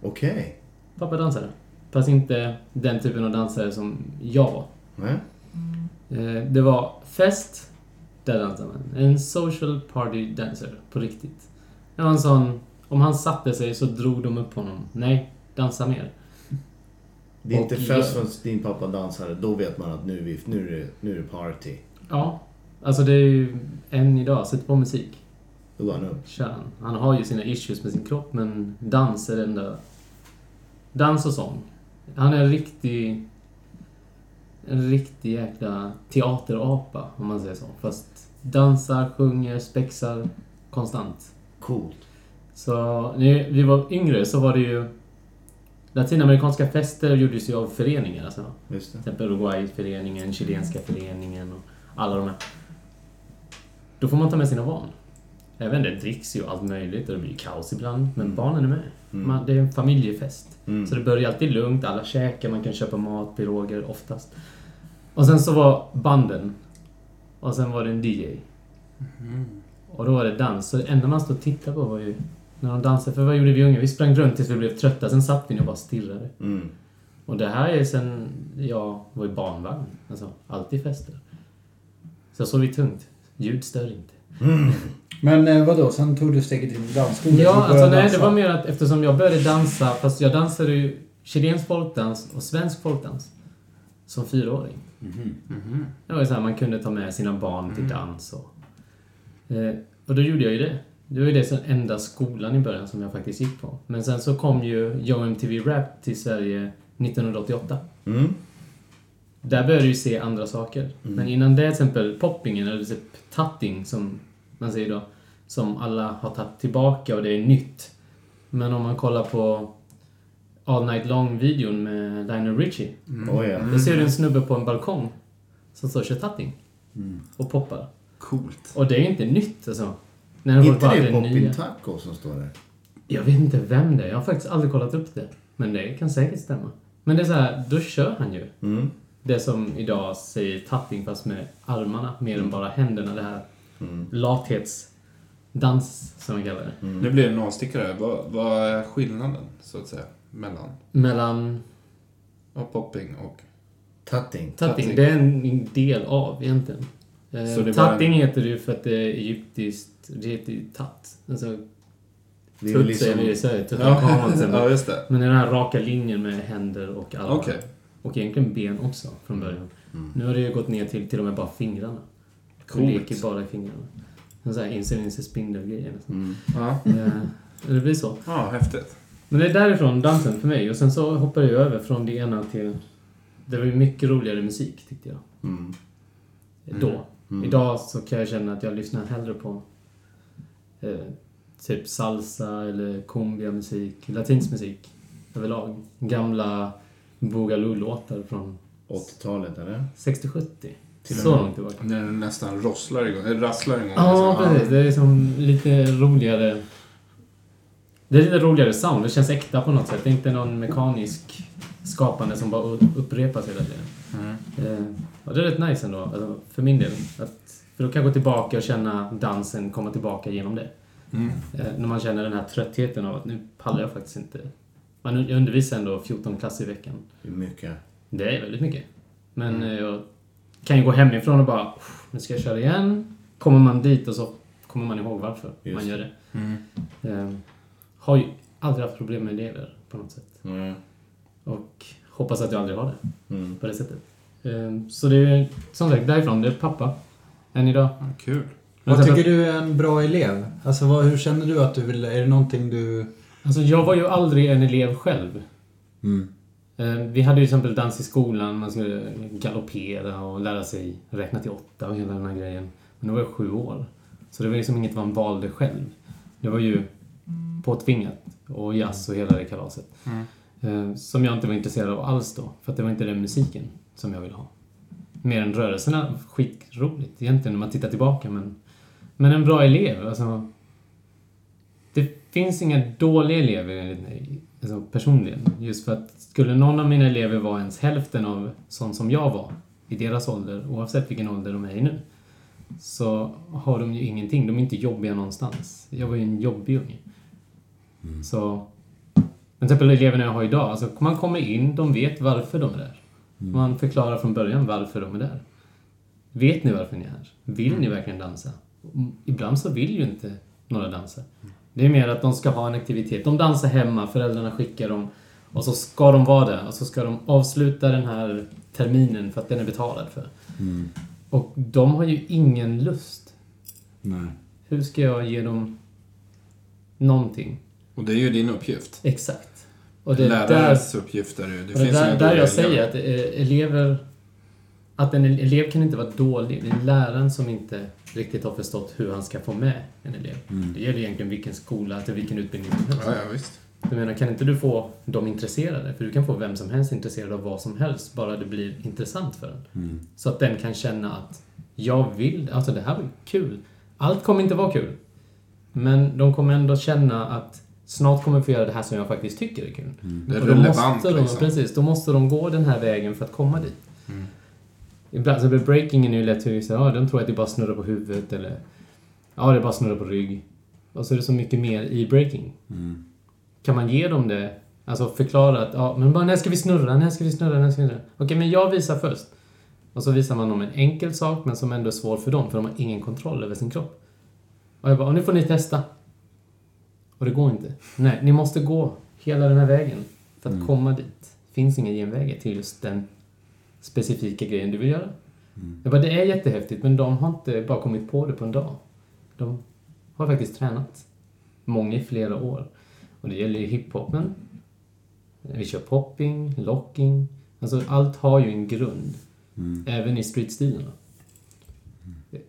[SPEAKER 1] Okej.
[SPEAKER 4] Pappa dansade. Fast inte den typen av dansare som jag var.
[SPEAKER 1] Nej.
[SPEAKER 4] Eh, Det var fest, där dansade man. En social party dancer, på riktigt. Det var en sån, om han satte sig så drog de upp honom. Nej, dansa mer.
[SPEAKER 1] Det är inte
[SPEAKER 4] Och-
[SPEAKER 1] fest förrän din pappa dansade. Då vet man att nu är, vi, nu är, det, nu är det party.
[SPEAKER 4] Ja, alltså det är ju än idag, sätt på musik.
[SPEAKER 1] Då går han upp.
[SPEAKER 4] Kör han. Han har ju sina issues med sin kropp, men dans är den där... Dans och sång. Han är en riktig... En riktig jäkla teaterapa, om man säger så. Fast dansar, sjunger, spexar konstant.
[SPEAKER 1] Coolt.
[SPEAKER 4] Så när vi var yngre så var det ju... Latinamerikanska fester gjordes ju av föreningar. Alltså.
[SPEAKER 1] Just det.
[SPEAKER 4] Till exempel Uruguay-föreningen, Chilenska föreningen och alla de här. Då får man ta med sina barn. Jag vet inte, det dricks ju allt möjligt och det blir ju kaos ibland.
[SPEAKER 1] Mm.
[SPEAKER 4] Men barnen är med. Man, det är en familjefest. Så det börjar alltid lugnt, alla käkar, man kan köpa mat, piroger oftast. Och sen så var banden. Och sen var det en DJ.
[SPEAKER 1] Mm-hmm.
[SPEAKER 4] Och då var det dans. Så det enda man stod och tittade på var ju när de dansade. För vad gjorde vi unga? Vi sprang runt tills vi blev trötta, sen satt vi ner och bara stirrade.
[SPEAKER 1] Mm.
[SPEAKER 4] Och det här är sen jag var i barnvagn. Alltså, alltid fester. Så jag sov i tungt. Ljud stör inte.
[SPEAKER 7] Men eh, vadå, sen tog du steget till dansskolan?
[SPEAKER 4] Ja,
[SPEAKER 7] och började
[SPEAKER 4] alltså nej,
[SPEAKER 7] dansa.
[SPEAKER 4] det var mer att eftersom jag började dansa, fast jag dansade ju chilensk folkdans och svensk folkdans som fyraåring.
[SPEAKER 7] Mhm.
[SPEAKER 4] Det var ju så här, man kunde ta med sina barn till dans och... Eh, och då gjorde jag ju det. Det var ju det som enda skolan i början som jag faktiskt gick på. Men sen så kom ju Yo MTV Rap till Sverige 1988.
[SPEAKER 1] Mm.
[SPEAKER 4] Där började du ju se andra saker. Men innan det, till exempel poppingen, eller typ tatting som man säger då, som alla har tagit tillbaka och det är nytt. Men om man kollar på All Night Long-videon med Lionel Richie,
[SPEAKER 1] Oj, ja.
[SPEAKER 4] då ser du en snubbe på en balkong som står och kör tatting. Och poppar.
[SPEAKER 2] Coolt.
[SPEAKER 4] Och det är ju inte nytt alltså. När folk
[SPEAKER 1] inte
[SPEAKER 4] bara,
[SPEAKER 1] det
[SPEAKER 4] är
[SPEAKER 1] Poppin
[SPEAKER 4] nya.
[SPEAKER 1] Taco som står där?
[SPEAKER 4] Jag vet inte vem det är. Jag har faktiskt aldrig kollat upp det. Men det kan säkert stämma. Men det är så här, då kör han ju.
[SPEAKER 1] Mm.
[SPEAKER 4] Det som idag
[SPEAKER 1] Mm.
[SPEAKER 4] säger tapping fast med armarna mer än bara händerna. Det här lathets. dans som vi kallar det.
[SPEAKER 2] Nu blir det en avstickare. Vad, vad är skillnaden, så att säga, mellan
[SPEAKER 4] Mellan
[SPEAKER 2] ja, popping och...
[SPEAKER 1] Tutting.
[SPEAKER 4] tatting,
[SPEAKER 2] Tatting.
[SPEAKER 4] det är en del av egentligen. Eh,
[SPEAKER 2] Så det är bara
[SPEAKER 4] tatting heter det ju för att det är egyptiskt, det heter ju tatt. Alltså,
[SPEAKER 1] Det är väl
[SPEAKER 4] tutt säger vi i
[SPEAKER 1] liksom...
[SPEAKER 4] Sverige, *laughs* tuttankamat
[SPEAKER 2] *laughs*
[SPEAKER 4] säger
[SPEAKER 2] ja,
[SPEAKER 4] vi.
[SPEAKER 2] just det.
[SPEAKER 4] Men det är den här raka linjen med händer och armar.
[SPEAKER 2] Okej. Mm.
[SPEAKER 4] Och egentligen ben också från början. Nu har det ju gått ner till till och med bara fingrarna.
[SPEAKER 2] Coolt.
[SPEAKER 4] Coolt. leker bara i fingrarna. En sån här insulinse spindelgrej nästan.
[SPEAKER 2] Mm. Ja.
[SPEAKER 4] Eh, Det blir så.
[SPEAKER 2] ja, häftigt.
[SPEAKER 4] Men det är därifrån dansen för mig. Och sen så hoppade jag över från det ena till... Det var ju mycket roligare musik, tyckte jag.
[SPEAKER 1] Mm.
[SPEAKER 2] Mm.
[SPEAKER 4] Då. Idag så kan jag känna att jag lyssnar hellre på eh, typ salsa eller cumbia-musik, latinsk musik överlag. Gamla Boogaloo-låtar från
[SPEAKER 1] 80-talet, eller?
[SPEAKER 4] 60-70.
[SPEAKER 2] och
[SPEAKER 4] Så
[SPEAKER 2] med.
[SPEAKER 4] långt tillbaka.
[SPEAKER 2] När den nästan rosslar igång, eller rasslar igång.
[SPEAKER 4] Ja,
[SPEAKER 2] liksom.
[SPEAKER 4] precis. Det är liksom lite roligare... Det är lite roligare sound. Det känns äkta på något sätt. Det är inte någon mekanisk skapande som bara u- upprepas hela tiden.
[SPEAKER 2] Mm.
[SPEAKER 4] Eh, och det är rätt nice ändå, alltså, för min del. Att, för då kan jag gå tillbaka och känna dansen komma tillbaka genom det.
[SPEAKER 2] Mm.
[SPEAKER 4] Eh, när man känner den här tröttheten av att nu pallar jag faktiskt inte. Man, jag undervisar ändå 14 klasser i veckan.
[SPEAKER 1] Det är mycket.
[SPEAKER 4] Det är väldigt mycket. Men eh, jag kan ju gå hemifrån och bara, "Uff, nu ska jag köra igen. Kommer man dit och så kommer man ihåg varför
[SPEAKER 1] Just
[SPEAKER 4] man
[SPEAKER 1] det.
[SPEAKER 4] gör det.
[SPEAKER 2] Mm.
[SPEAKER 4] Eh, har ju aldrig haft problem med elever på något sätt.
[SPEAKER 1] Mm.
[SPEAKER 4] Och hoppas att jag aldrig har det
[SPEAKER 1] Mm.
[SPEAKER 4] på det sättet. Eh, så det är ju, som sagt därifrån, det är pappa. Än idag.
[SPEAKER 2] Ja, Kul.
[SPEAKER 4] Men
[SPEAKER 8] Vad
[SPEAKER 4] sen-
[SPEAKER 8] tycker du är en bra elev? Alltså vad, hur känner du att du vill... Är det någonting du...
[SPEAKER 4] Alltså jag var ju aldrig en elev själv. Eh, Vi hade ju till exempel dans i skolan, man skulle galoppera och lära sig räkna till åtta och hela den här grejen. Men då var jag sju år. Så det var liksom inget man valde själv. Det var ju påtvingat. Och jazz och hela det kalaset. Eh, Som jag inte var intresserad av alls då. För att det var inte den musiken som jag ville ha. Mer än rörelserna, skitroligt egentligen när man tittar tillbaka men... Men en bra elev, alltså... Det finns inga dåliga elever enligt mig, alltså personligen. Just för att skulle någon av mina elever vara ens hälften av sån som jag var i deras ålder, oavsett vilken ålder de är i nu, så har de ju ingenting. De är inte jobbiga någonstans. Jag var ju en jobbig unge. Så... Men till exempel eleverna jag har idag, alltså man kommer in, de vet varför de är där. Man förklarar från början varför de är där. Vet ni varför ni är här? Vill ni verkligen dansa? Mm, Ibland så vill ju inte några dansa. Det är mer att de ska ha en aktivitet. De dansar hemma, föräldrarna skickar dem och så ska de vara där och så ska de avsluta den här terminen för att den är betalad för. Och de har ju ingen lust.
[SPEAKER 8] Nej.
[SPEAKER 4] Hur ska jag ge dem någonting?
[SPEAKER 2] Och det är ju din uppgift.
[SPEAKER 4] Exakt. Och det är där
[SPEAKER 2] Lärares uppgift är det ju. Det
[SPEAKER 4] och det
[SPEAKER 2] finns
[SPEAKER 4] där,
[SPEAKER 2] inga
[SPEAKER 4] där
[SPEAKER 2] dåliga
[SPEAKER 4] jag säger
[SPEAKER 2] elever.
[SPEAKER 4] att eh, elever... Att en elev kan inte vara dålig. Det är läraren som inte riktigt har förstått hur han ska få med en elev. Det gäller egentligen vilken skola, till vilken utbildning som helst.
[SPEAKER 2] Mm. Ja, ja, visst.
[SPEAKER 4] Jag menar, kan inte du få dem intresserade? För du kan få vem som helst intresserad av vad som helst, bara det blir intressant för den. Så att den kan känna att jag vill, alltså det här var kul. Allt kommer inte vara kul. Men de kommer ändå känna att snart kommer jag få göra det här som jag faktiskt tycker är kul.
[SPEAKER 2] Det är
[SPEAKER 4] Och då
[SPEAKER 2] Mm. relevant,
[SPEAKER 4] måste de,
[SPEAKER 2] liksom. Mm.
[SPEAKER 4] Precis, då måste de gå den här vägen för att komma dit. Ibland, så blir breakingen är ju lätt hur ja, de tror att det bara snurrar på huvudet eller ja, det bara snurrar på rygg. Och så är det så mycket mer i breaking.
[SPEAKER 2] Mm.
[SPEAKER 4] Kan man ge dem det? Alltså förklara att, ja, men bara när ska vi snurra, när ska vi snurra, när ska vi snurra? Okej, men jag visar först. Och så visar man dem en enkel sak, men som ändå är svår för dem, för de har ingen kontroll över sin kropp. Och jag bara, "Ja, nu får ni testa. Och det går inte. Nej, ni måste gå hela den här vägen för att komma dit. finns inga genvägar till just den specifika grejen du vill göra. Jag bara, det är jättehäftigt, men de har inte bara kommit på det på en dag. De har faktiskt tränat. Många i flera år. Och det gäller ju hiphopen. Vi kör popping, locking. Alltså allt har ju en grund. Även i streetstilarna.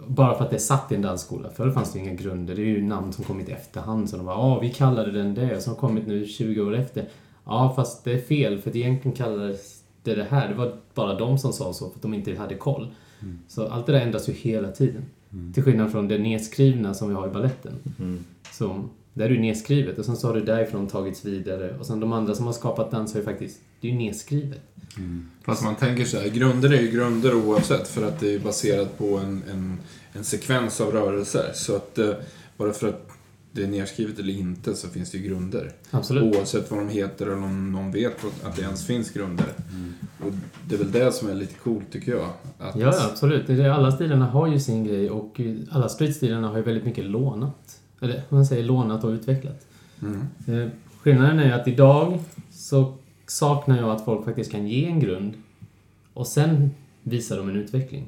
[SPEAKER 4] Bara för att det satt i en dansskola. Förr fanns det ju inga grunder. Det är ju namn som kommit i efterhand. Så de bara, ja vi kallade den det. Som har kommit nu 20 år efter. Ja fast det är fel för att egentligen kallades det det här. Det var bara de som sa så för att de inte hade koll. Så allt det där ändras ju hela tiden. Till skillnad från det nedskrivna som vi har i balletten. Så där är det ju nedskrivet och sen så har det därifrån tagits vidare. Och sen de andra som har skapat dans har ju faktiskt, det är ju nedskrivet.
[SPEAKER 2] Fast man tänker så här, grunder är ju grunder oavsett för att det är baserat på en, en, en sekvens av rörelser. Så att eh, Bara för att det är nedskrivet eller inte så finns det ju grunder.
[SPEAKER 4] Absolut.
[SPEAKER 2] Oavsett vad de heter eller om någon vet att det ens finns grunder. Och det är väl det som är lite coolt tycker jag. Att
[SPEAKER 4] Ja, ja, absolut. Det är- Alla stilarna har ju sin grej och alla spritstilarna har ju väldigt mycket lånat. Eller man säger lånat och utvecklat.
[SPEAKER 2] Mm.
[SPEAKER 4] Eh, Skillnaden är att idag så saknar jag att folk faktiskt kan ge en grund och sen visar de en utveckling.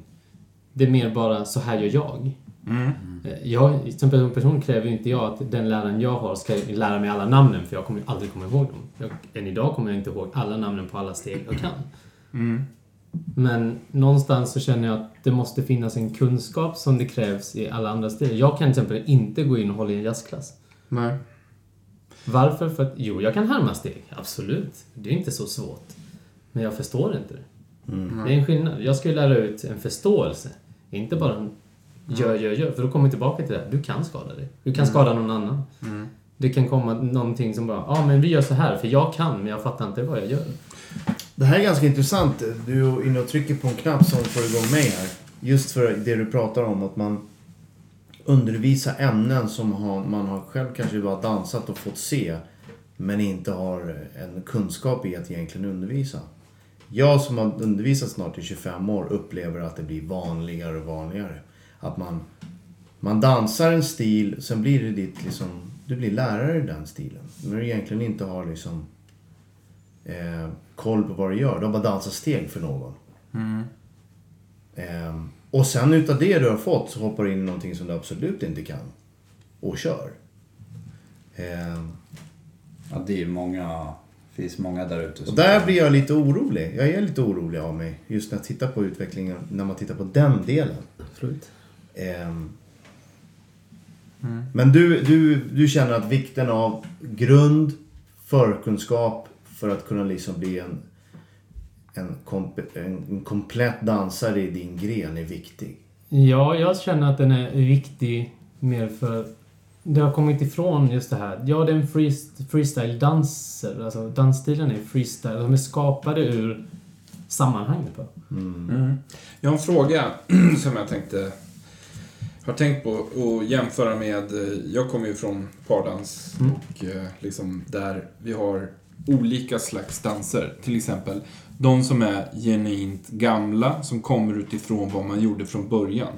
[SPEAKER 4] Det är mer bara, så här gör jag.
[SPEAKER 2] Mm.
[SPEAKER 4] Eh, Jag, som person- person kräver ju inte jag att den läraren jag har ska lära mig alla namnen för jag kommer ju aldrig komma ihåg dem. Jag, än idag kommer jag inte ihåg alla namnen på alla steg jag kan.
[SPEAKER 2] Mm.
[SPEAKER 4] Men någonstans så känner jag att det måste finnas en kunskap som det krävs i alla andra stilar. Jag kan till exempel inte gå in och hålla i en jazzklass.
[SPEAKER 2] Nej.
[SPEAKER 4] Varför? För att jo, jag kan härma steg. Absolut. Det är inte så svårt. Men jag förstår inte det. Det är en skillnad. Jag ska ju lära ut en förståelse. Inte bara en gör, gör, gör. För då kommer vi tillbaka till det här. Du kan skada dig. Du kan skada någon annan. Det kan komma någonting som bara, ja ah, men vi gör så här för jag kan men jag fattar inte vad jag gör.
[SPEAKER 1] Det här är ganska intressant. Du är inne och trycker på en knapp som får igång mig här. Just för det du pratar om, att man undervisar ämnen som har, man har själv kanske bara dansat och fått se. Men inte har en kunskap i att egentligen undervisa. Jag som har undervisat snart i 25 år upplever att det blir vanligare och vanligare. Att man, man dansar en stil, sen blir det ditt liksom, du blir lärare i den stilen. Men du egentligen inte har liksom eh, koll på vad du gör. Du har bara dansat steg för någon. Eh, och sen utav det du har fått så hoppar du in i någonting som du absolut inte kan. Och kör. Eh,
[SPEAKER 7] Ja, det är ju många... Det finns många där ute.
[SPEAKER 1] och
[SPEAKER 7] som-
[SPEAKER 1] där blir jag lite orolig. Jag är lite orolig av mig. Just när jag tittar på utvecklingen, när man tittar på den delen.
[SPEAKER 4] Absolut.
[SPEAKER 1] Ehm. Men du, du, du känner att vikten av grund, förkunskap för att kunna liksom bli en, en, komp, en, en komplett dansare i din gren är viktig.
[SPEAKER 4] Ja, jag känner att den är viktig mer för... Det har kommit ifrån just det här. Ja, det är en freest- freestyle-danser. Alltså, dansstilen är freestyle. De är skapade ur typ. sammanhanget. va?
[SPEAKER 2] Mm. Jag har en fråga *clears throat* som jag tänkte har tänkt på och jämföra med, eh, jag kommer ju från pardans
[SPEAKER 4] Mm.
[SPEAKER 2] och eh, liksom där vi har olika slags danser. Till exempel de som är genuint gamla, som kommer utifrån vad man gjorde från början.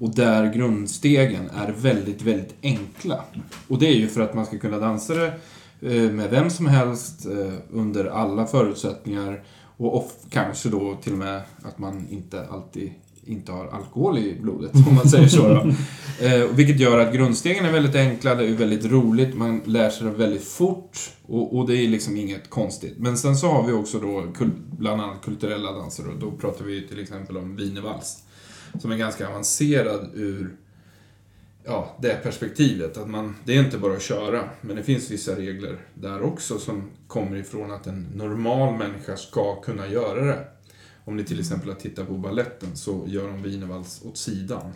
[SPEAKER 2] Och där grundstegen är väldigt, väldigt enkla. Och det är ju för att man ska kunna dansa det eh, med vem som helst eh, under alla förutsättningar. Och off, kanske då till och med att man inte alltid inte har alkohol i blodet, om man säger så. Då. Eh, och vilket gör att grundstegen är väldigt enkla, det är väldigt roligt, man lär sig det väldigt fort och, och det är liksom inget konstigt. Men sen så har vi också då kul, bland annat kulturella danser och då pratar vi ju till exempel om wienervals. Som är ganska avancerad ur ja, det perspektivet. Att man, det är inte bara att köra, men det finns vissa regler där också som kommer ifrån att en normal människa ska kunna göra det. Om ni till exempel har tittat på balletten så gör de wienervals åt sidan.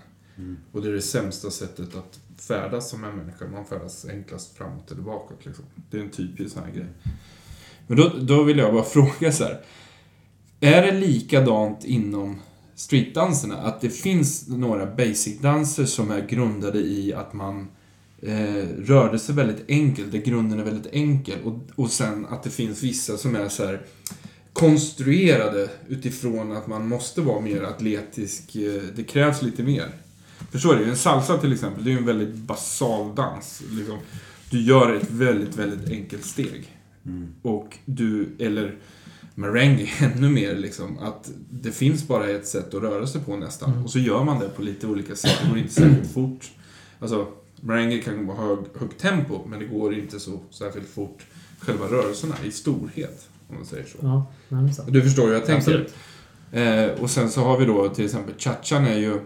[SPEAKER 2] Och det är det sämsta sättet att färdas som en människa. Man färdas enklast framåt eller bakåt. Liksom. Det är en typisk sån här grej. Men då, då vill jag bara *laughs* fråga så här. Är det likadant inom streetdanserna? Att det finns några basic-danser som är grundade i att man eh, rörde sig väldigt enkelt, där grunden är väldigt enkel. Och, och sen att det finns vissa som är så här konstruerade utifrån att man måste vara mer atletisk. eh, Det krävs lite mer. För så är det ju. En salsa till exempel, det är ju en väldigt basal dans. Liksom, du gör ett väldigt, väldigt enkelt steg. Och du, eller merengue *laughs* ännu mer liksom, att det finns bara ett sätt att röra sig på nästan. Och så gör man det på lite olika sätt. Det går inte särskilt fort. Alltså, merengue kan vara hög, högt tempo, men det går inte så särskilt fort. Själva rörelserna i storhet, om man säger så.
[SPEAKER 4] Ja, nej, men så.
[SPEAKER 2] Du förstår hur jag tänker.
[SPEAKER 4] Absolut.
[SPEAKER 2] Eh, och sen så har vi då till exempel Chachan är ju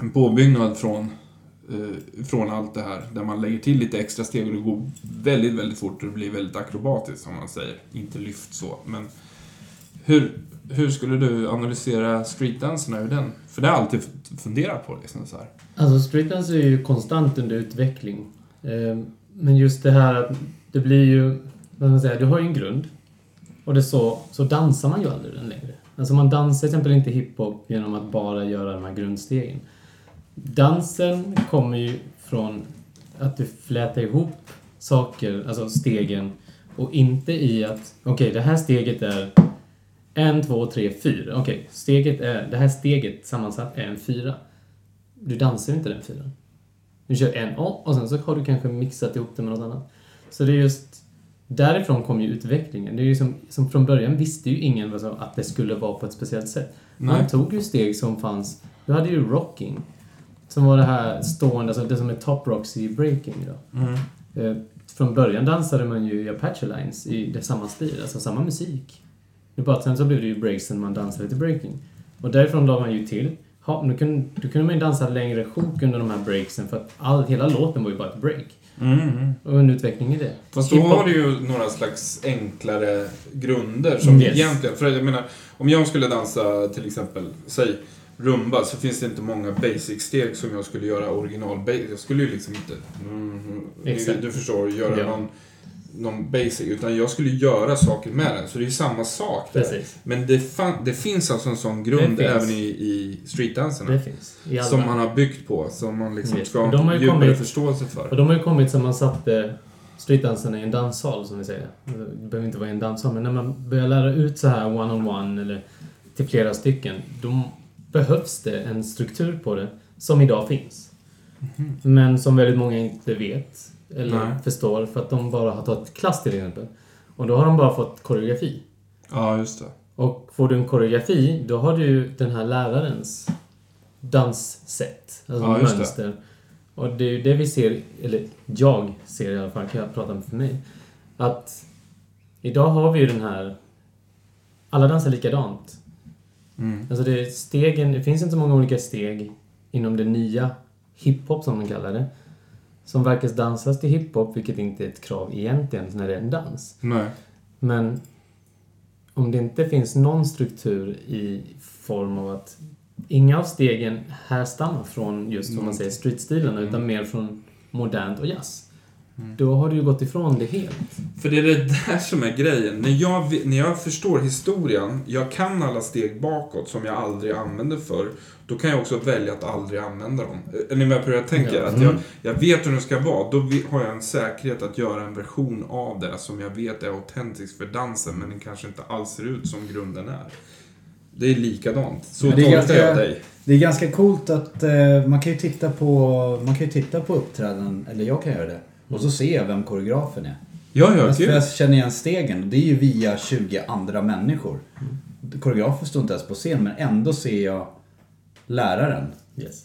[SPEAKER 2] en påbyggnad från, eh, från allt det här. Där man lägger till lite extra steg och det går väldigt, väldigt fort och det blir väldigt akrobatiskt som man säger. Inte lyft så, men hur, hur skulle du analysera streetdanserna ur den? För det har jag alltid f- funderat på liksom så här.
[SPEAKER 4] Alltså streetdance är ju konstant under utveckling. Eh, Men just det här att det blir ju, vad ska man säga, du har ju en grund. Och det är så, så dansar man ju aldrig den längre. Alltså man dansar till exempel inte hiphop genom att bara göra de här grundstegen. Dansen kommer ju från att du flätar ihop saker, alltså stegen, och inte i att okej, det här steget är en, två, tre, fyra. Okej, steget är, det här steget sammansatt är en fyra. Du dansar ju inte den fyran. Du kör en A och sen så har du kanske mixat ihop det med något annat. Så det är just därifrån kom ju utvecklingen. Det är ju som, som från början visste ju ingen vad som- att det skulle vara på ett speciellt sätt. Man
[SPEAKER 2] Nej.
[SPEAKER 4] tog ju steg som fanns. Du hade ju rocking. Som var det här stående, alltså det som är top rocks i breaking då.
[SPEAKER 2] Mm.
[SPEAKER 4] Eh, från början dansade man ju i Apache Lines i det samma stil, alltså samma musik. Det är bara att sen så blev det ju breaksen man dansade till breaking. Och därifrån la man ju till, ha, nu kunde, då kunde man ju dansa längre sjok under de här breaksen för att all, hela låten var ju bara ett break.
[SPEAKER 2] Mm.
[SPEAKER 4] Och en utveckling i det.
[SPEAKER 2] Fast då
[SPEAKER 4] Hiphop-
[SPEAKER 2] har du ju några slags enklare grunder som
[SPEAKER 4] Mm, Yes.
[SPEAKER 2] egentligen... För jag menar, om jag skulle dansa till exempel, säg rumba, så finns det inte många basic-steg som jag skulle göra original ba- Jag skulle ju liksom inte... Mm, mm,
[SPEAKER 4] Mm-hmm. Exakt.
[SPEAKER 2] Du förstår, göra
[SPEAKER 4] Ja.
[SPEAKER 2] någon, någon basic. Utan jag skulle göra saker med den. Så det är ju samma sak där.
[SPEAKER 4] Precis.
[SPEAKER 2] Men det, fan, det finns alltså en sån
[SPEAKER 4] Det
[SPEAKER 2] grund
[SPEAKER 4] finns.
[SPEAKER 2] även i, i streetdanserna.
[SPEAKER 4] Det finns. I alla.
[SPEAKER 2] som man har byggt på, som man liksom
[SPEAKER 4] Yes.
[SPEAKER 2] ska
[SPEAKER 4] De
[SPEAKER 2] ha
[SPEAKER 4] har ju
[SPEAKER 2] en djupare
[SPEAKER 4] kommit-
[SPEAKER 2] förståelse för.
[SPEAKER 4] Och de har ju kommit sen man satte streetdansen i en danssal, som vi säger. Det behöver inte vara i en danssal, men när man börjar lära ut så här one-on-one eller till flera stycken, då behövs det en struktur på det som idag finns. Men som väldigt många inte vet eller
[SPEAKER 2] Nej.
[SPEAKER 4] förstår för att de bara har tagit klass till exempel. Och då har de bara fått koreografi.
[SPEAKER 2] Ja, just det.
[SPEAKER 4] Och får du en koreografi, då har du den här lärarens danssätt, alltså
[SPEAKER 2] Ja, just det.
[SPEAKER 4] mönster. Och det är ju det vi ser, eller jag ser i alla fall, kan jag prata om för mig. Att idag har vi ju den här, alla dansar likadant.
[SPEAKER 2] Mm.
[SPEAKER 4] Alltså det, är stegen, det finns inte så många olika steg inom det nya, hiphop som de kallar det. Som verkar dansas till hiphop, vilket inte är ett krav egentligen när det är en dans.
[SPEAKER 2] Nej.
[SPEAKER 4] Men om det inte finns någon struktur i form av att inga av stegen härstammar från just som man säger streetstilen utan mer från modernt och jazz. Då har du ju gått ifrån det helt.
[SPEAKER 2] För det är det där som är grejen. När jag, vi- när jag förstår historien, jag kan alla steg bakåt som jag aldrig använde förr. Då kan jag också välja att aldrig använda dem. Eh, Är ni med på hur jag tänker?
[SPEAKER 4] Ja.
[SPEAKER 2] Att jag, jag vet hur de ska vara. Då vi- har jag en säkerhet att göra en version av det som jag vet är autentisk för dansen, men den kanske inte alls ser ut som grunden är. Det är likadant. Så
[SPEAKER 7] Men det är
[SPEAKER 2] tolkar jag
[SPEAKER 7] ganska-
[SPEAKER 2] dig.
[SPEAKER 7] Det är ganska coolt att eh, man kan ju titta på, man kan ju titta på uppträdanden, eller jag kan göra det. Och så ser jag vem koreografen är.
[SPEAKER 2] Ja, ja,
[SPEAKER 7] Alltså,
[SPEAKER 2] gud.
[SPEAKER 7] för jag känner igen stegen och det är ju via 20 andra människor. Koreografen står inte ens på scen men ändå ser jag läraren.
[SPEAKER 4] Yes.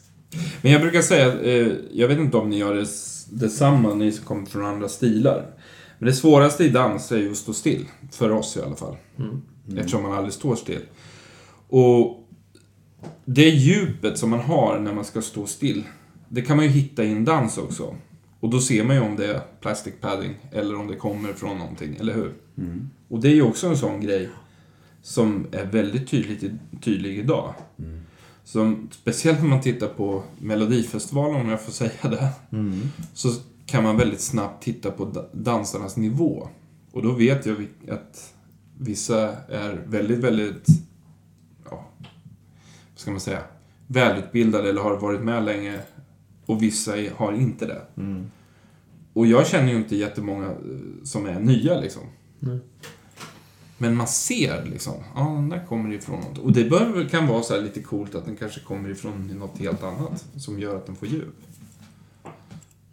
[SPEAKER 2] Men jag brukar säga, eh, jag vet inte om ni gör det, detsamma, ni som kommer från andra stilar. Men det svåraste i dans är ju att stå still. För oss i alla fall. Eftersom man aldrig står still. Och det djupet som man har när man ska stå still, det kan man ju hitta i en dans också. Och då ser man ju om det är plastic padding eller om det kommer från någonting, eller hur? Och det är ju också en sån grej som är väldigt tydligt, i- tydlig idag. Som, speciellt när man tittar på Melodifestivalen, om jag får säga det. Så kan man väldigt snabbt titta på da- dansarnas nivå. Och då vet jag vil- att vissa är väldigt, väldigt... Ja, vad ska man säga? Välutbildade eller har varit med länge. Och vissa är- har inte det. Och jag känner ju inte jättemånga eh, som är nya liksom. Men man ser liksom, ja ah, den där kommer ifrån något. Och det bör, kan vara så här lite coolt att den kanske kommer ifrån något helt annat som gör att den får djup.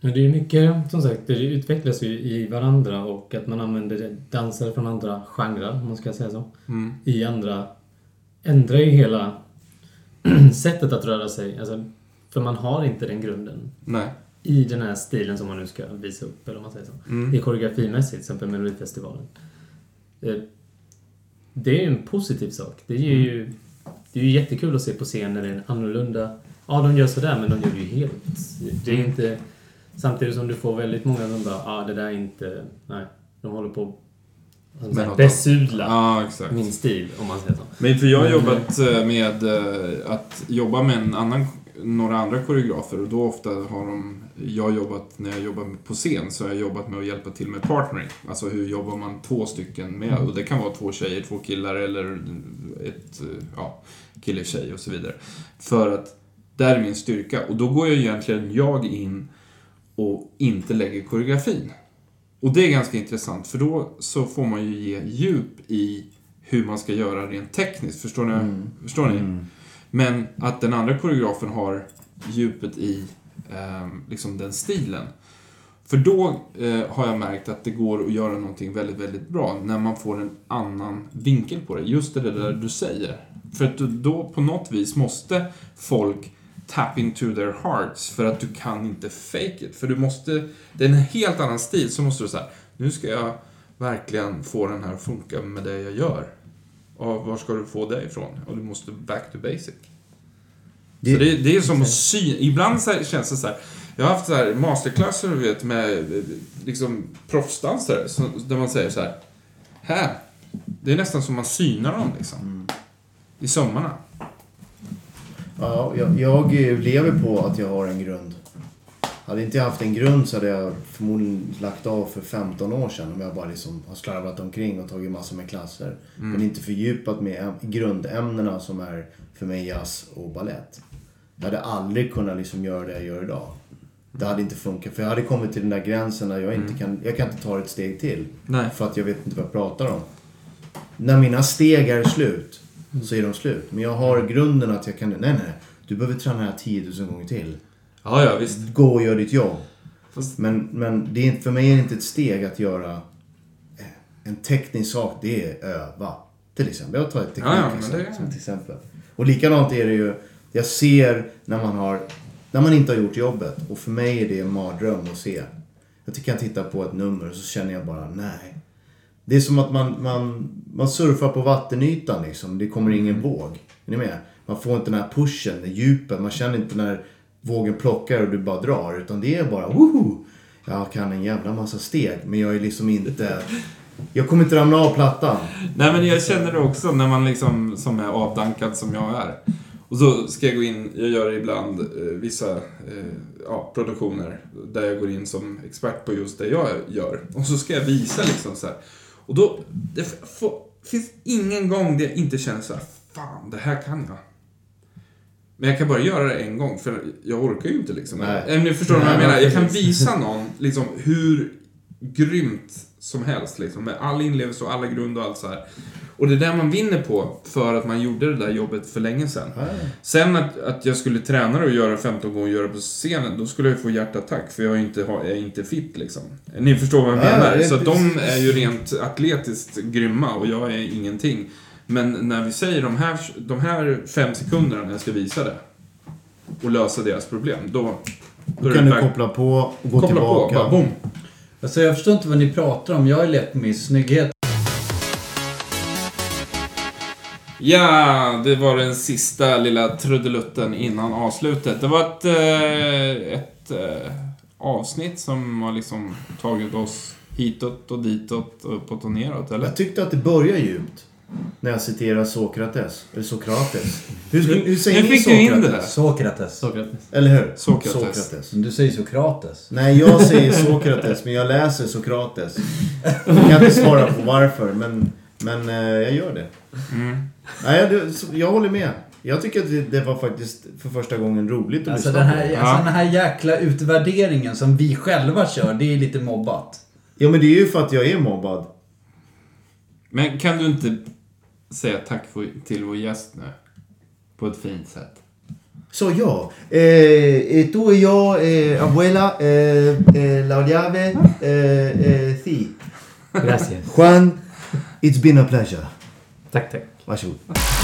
[SPEAKER 4] Ja, det är mycket, som sagt, det utvecklas ju i varandra och att man använder dansare från andra genrer, om man ska säga så.
[SPEAKER 2] Mm.
[SPEAKER 4] i andra ändrar ju hela *clears throat* sättet att röra sig. Alltså, för man har inte den grunden
[SPEAKER 2] Nej.
[SPEAKER 4] i den här stilen som man nu ska visa upp, eller om man säger så. I koreografimässigt, till exempel Melodifestivalen. Eh, Det är ju en positiv sak. Det är ju, det är ju jättekul att se på scen när det är en annorlunda... Ja, de gör sådär, men de gör det ju helt... Det är inte... Samtidigt som du får väldigt många som bara, ja, ah, det där är inte... Nej, de håller på
[SPEAKER 2] Men
[SPEAKER 4] att
[SPEAKER 2] att-
[SPEAKER 4] besudla
[SPEAKER 2] Ja, exakt.
[SPEAKER 4] min stil, om man säger så.
[SPEAKER 2] Men för jag har
[SPEAKER 4] Men,
[SPEAKER 2] jobbat eh, med eh, att jobba med en annan, några andra koreografer och då ofta har de, jag har jobbat, när jag jobbar på scen så har jag jobbat med att hjälpa till med partnering. Alltså hur jobbar man två stycken med, och det kan vara två tjejer, två killar eller ett, eh, ja, kille, tjej och så vidare. För att där är min styrka och då går ju egentligen jag in och inte lägger koreografin. Och det är ganska intressant för då så får man ju ge djup i hur man ska göra rent tekniskt. Förstår ni? Förstår ni? Men att den andra koreografen har djupet i eh, liksom den stilen. För då eh, har jag märkt att det går att göra någonting väldigt, väldigt bra när man får en annan vinkel på det. Just det där du säger. För att du, då på något vis måste folk tap into their hearts för att du kan inte fake it. För du måste, det är en helt annan stil, så måste du säga nu ska jag verkligen få den här att funka med det jag gör. Och var ska du få det ifrån? Och du måste back to basic. så det, det är som att sy... Ibland så här, känns det så här. Jag har haft så här masterclasser du vet, med eh, liksom, proffsdansare så, där man säger så här. Här! Det är nästan som man synar dem liksom. I sömmarna.
[SPEAKER 1] Ja, jag, jag lever på att jag har en grund. Hade inte jag haft en grund så hade jag förmodligen lagt av för 15 år sedan om jag bara liksom har slarvat omkring och tagit massor med klasser. Men inte fördjupat mig i äm- grundämnena som är för mig jazz och ballett. Jag hade aldrig kunnat liksom göra det jag gör idag. Det hade inte funkat. För jag hade kommit till den där gränsen där jag inte kan, jag kan inte ta ett steg till.
[SPEAKER 2] Nej.
[SPEAKER 1] För att jag vet inte vad jag pratar om. När mina steg är slut så är de slut. Men jag har grunden att jag kan... Nej, nej. Du behöver träna det här 10 000 gånger till.
[SPEAKER 2] Ja, ja visst.
[SPEAKER 1] Gå och gör ditt jobb.
[SPEAKER 2] Fast-
[SPEAKER 1] Men, men det är, inte- för mig är det inte ett steg att göra eh, en teknisk sak. Det är öva. Till exempel. Jag tar ett
[SPEAKER 2] Ja, ja,
[SPEAKER 1] teknikexempel.
[SPEAKER 2] men det-
[SPEAKER 1] som till exempel. Och likadant är det ju. Jag ser när man har... När man inte har gjort jobbet. Och för mig är det en mardröm att se. Jag tycker jag tittar på ett nummer och så känner jag bara nej. Det är som att man, man, man surfar på vattenytan liksom. Det kommer
[SPEAKER 2] Mm.
[SPEAKER 1] ingen våg. Är ni med? Man får inte den här pushen, den djupen. Man känner inte när vågen plockar och du bara drar. Utan det är bara woho! Jag kan en jävla massa steg. Men jag är liksom inte... Jag kommer inte ramla av plattan.
[SPEAKER 2] Nej men jag känner det också när man liksom, som är avdankad som jag är. Och så ska jag gå in, jag gör ibland eh, vissa eh, ja, produktioner där jag går in som expert på just det jag gör. Och så ska jag visa liksom så här. Och då, det f- får- finns ingen gång där jag inte känner så här, fan det här kan jag. Men jag kan bara göra det en gång för jag orkar ju inte liksom.
[SPEAKER 1] Nej.
[SPEAKER 2] Eller ni förstår vad jag
[SPEAKER 1] Nej,
[SPEAKER 2] menar? Jag kan
[SPEAKER 1] precis.
[SPEAKER 2] visa någon liksom hur grymt som helst liksom. Med all inlevelse och alla grund och allt så här. Och det är där man vinner på för att man gjorde det där jobbet för länge sedan. Sen att, att jag skulle träna det och göra 15 gånger och göra det på scenen, då skulle jag få hjärtattack för jag är inte, har- är inte fit liksom. Ni förstår vad jag
[SPEAKER 1] Ja,
[SPEAKER 2] menar?
[SPEAKER 1] det är
[SPEAKER 2] Så att de
[SPEAKER 1] precis.
[SPEAKER 2] är ju rent atletiskt grymma och jag är ingenting. Men när vi säger de här, de här fem sekunderna när jag ska visa det och lösa deras problem, då...
[SPEAKER 1] Då
[SPEAKER 2] är
[SPEAKER 1] kan du
[SPEAKER 2] det bara-
[SPEAKER 1] koppla på och gå
[SPEAKER 2] koppla på,
[SPEAKER 1] tillbaka.
[SPEAKER 2] bara boom.
[SPEAKER 7] Alltså jag förstår inte vad ni pratar om. Jag är lätt på min snygghet.
[SPEAKER 2] Ja, det var den sista lilla trudelutten innan avslutet. Det var ett, eh, ett eh, avsnitt som har liksom tagit oss hitåt och ditåt och uppåt och neråt, eller?
[SPEAKER 1] Jag tyckte att det börjar djupt. När jag citerar Sokrates. Eller Sokrates. Hur, hur säger
[SPEAKER 2] nu
[SPEAKER 1] ni
[SPEAKER 2] fick du in det.
[SPEAKER 1] Sokrates?
[SPEAKER 7] Sokrates.
[SPEAKER 4] Sokrates.
[SPEAKER 1] Eller hur?
[SPEAKER 2] Sokrates.
[SPEAKER 1] Sokrates.
[SPEAKER 7] Du säger Sokrates.
[SPEAKER 1] Nej, jag säger Sokrates, men jag läser Sokrates. Jag kan inte svara på varför, men, men eh, jag gör det. Nej, jag, du- så- jag håller med. Jag tycker att det, det var faktiskt för första gången roligt att
[SPEAKER 7] Alltså
[SPEAKER 1] lyssna
[SPEAKER 7] den här,
[SPEAKER 1] på.
[SPEAKER 7] alltså den här jäkla utvärderingen som vi själva kör, det är lite mobbat.
[SPEAKER 1] Ja, men det är ju för att jag är mobbad.
[SPEAKER 2] Men kan du inte säga tack för, till vår gäst nu? På ett fint sätt.
[SPEAKER 1] Soy yo. Eh, eh, tú y yo, eh, abuela, eh, eh, la llave, eh, eh, sí.
[SPEAKER 4] Gracias.
[SPEAKER 1] Juan, it's been a pleasure.
[SPEAKER 4] *laughs* Tack, tack.
[SPEAKER 1] Varsågod.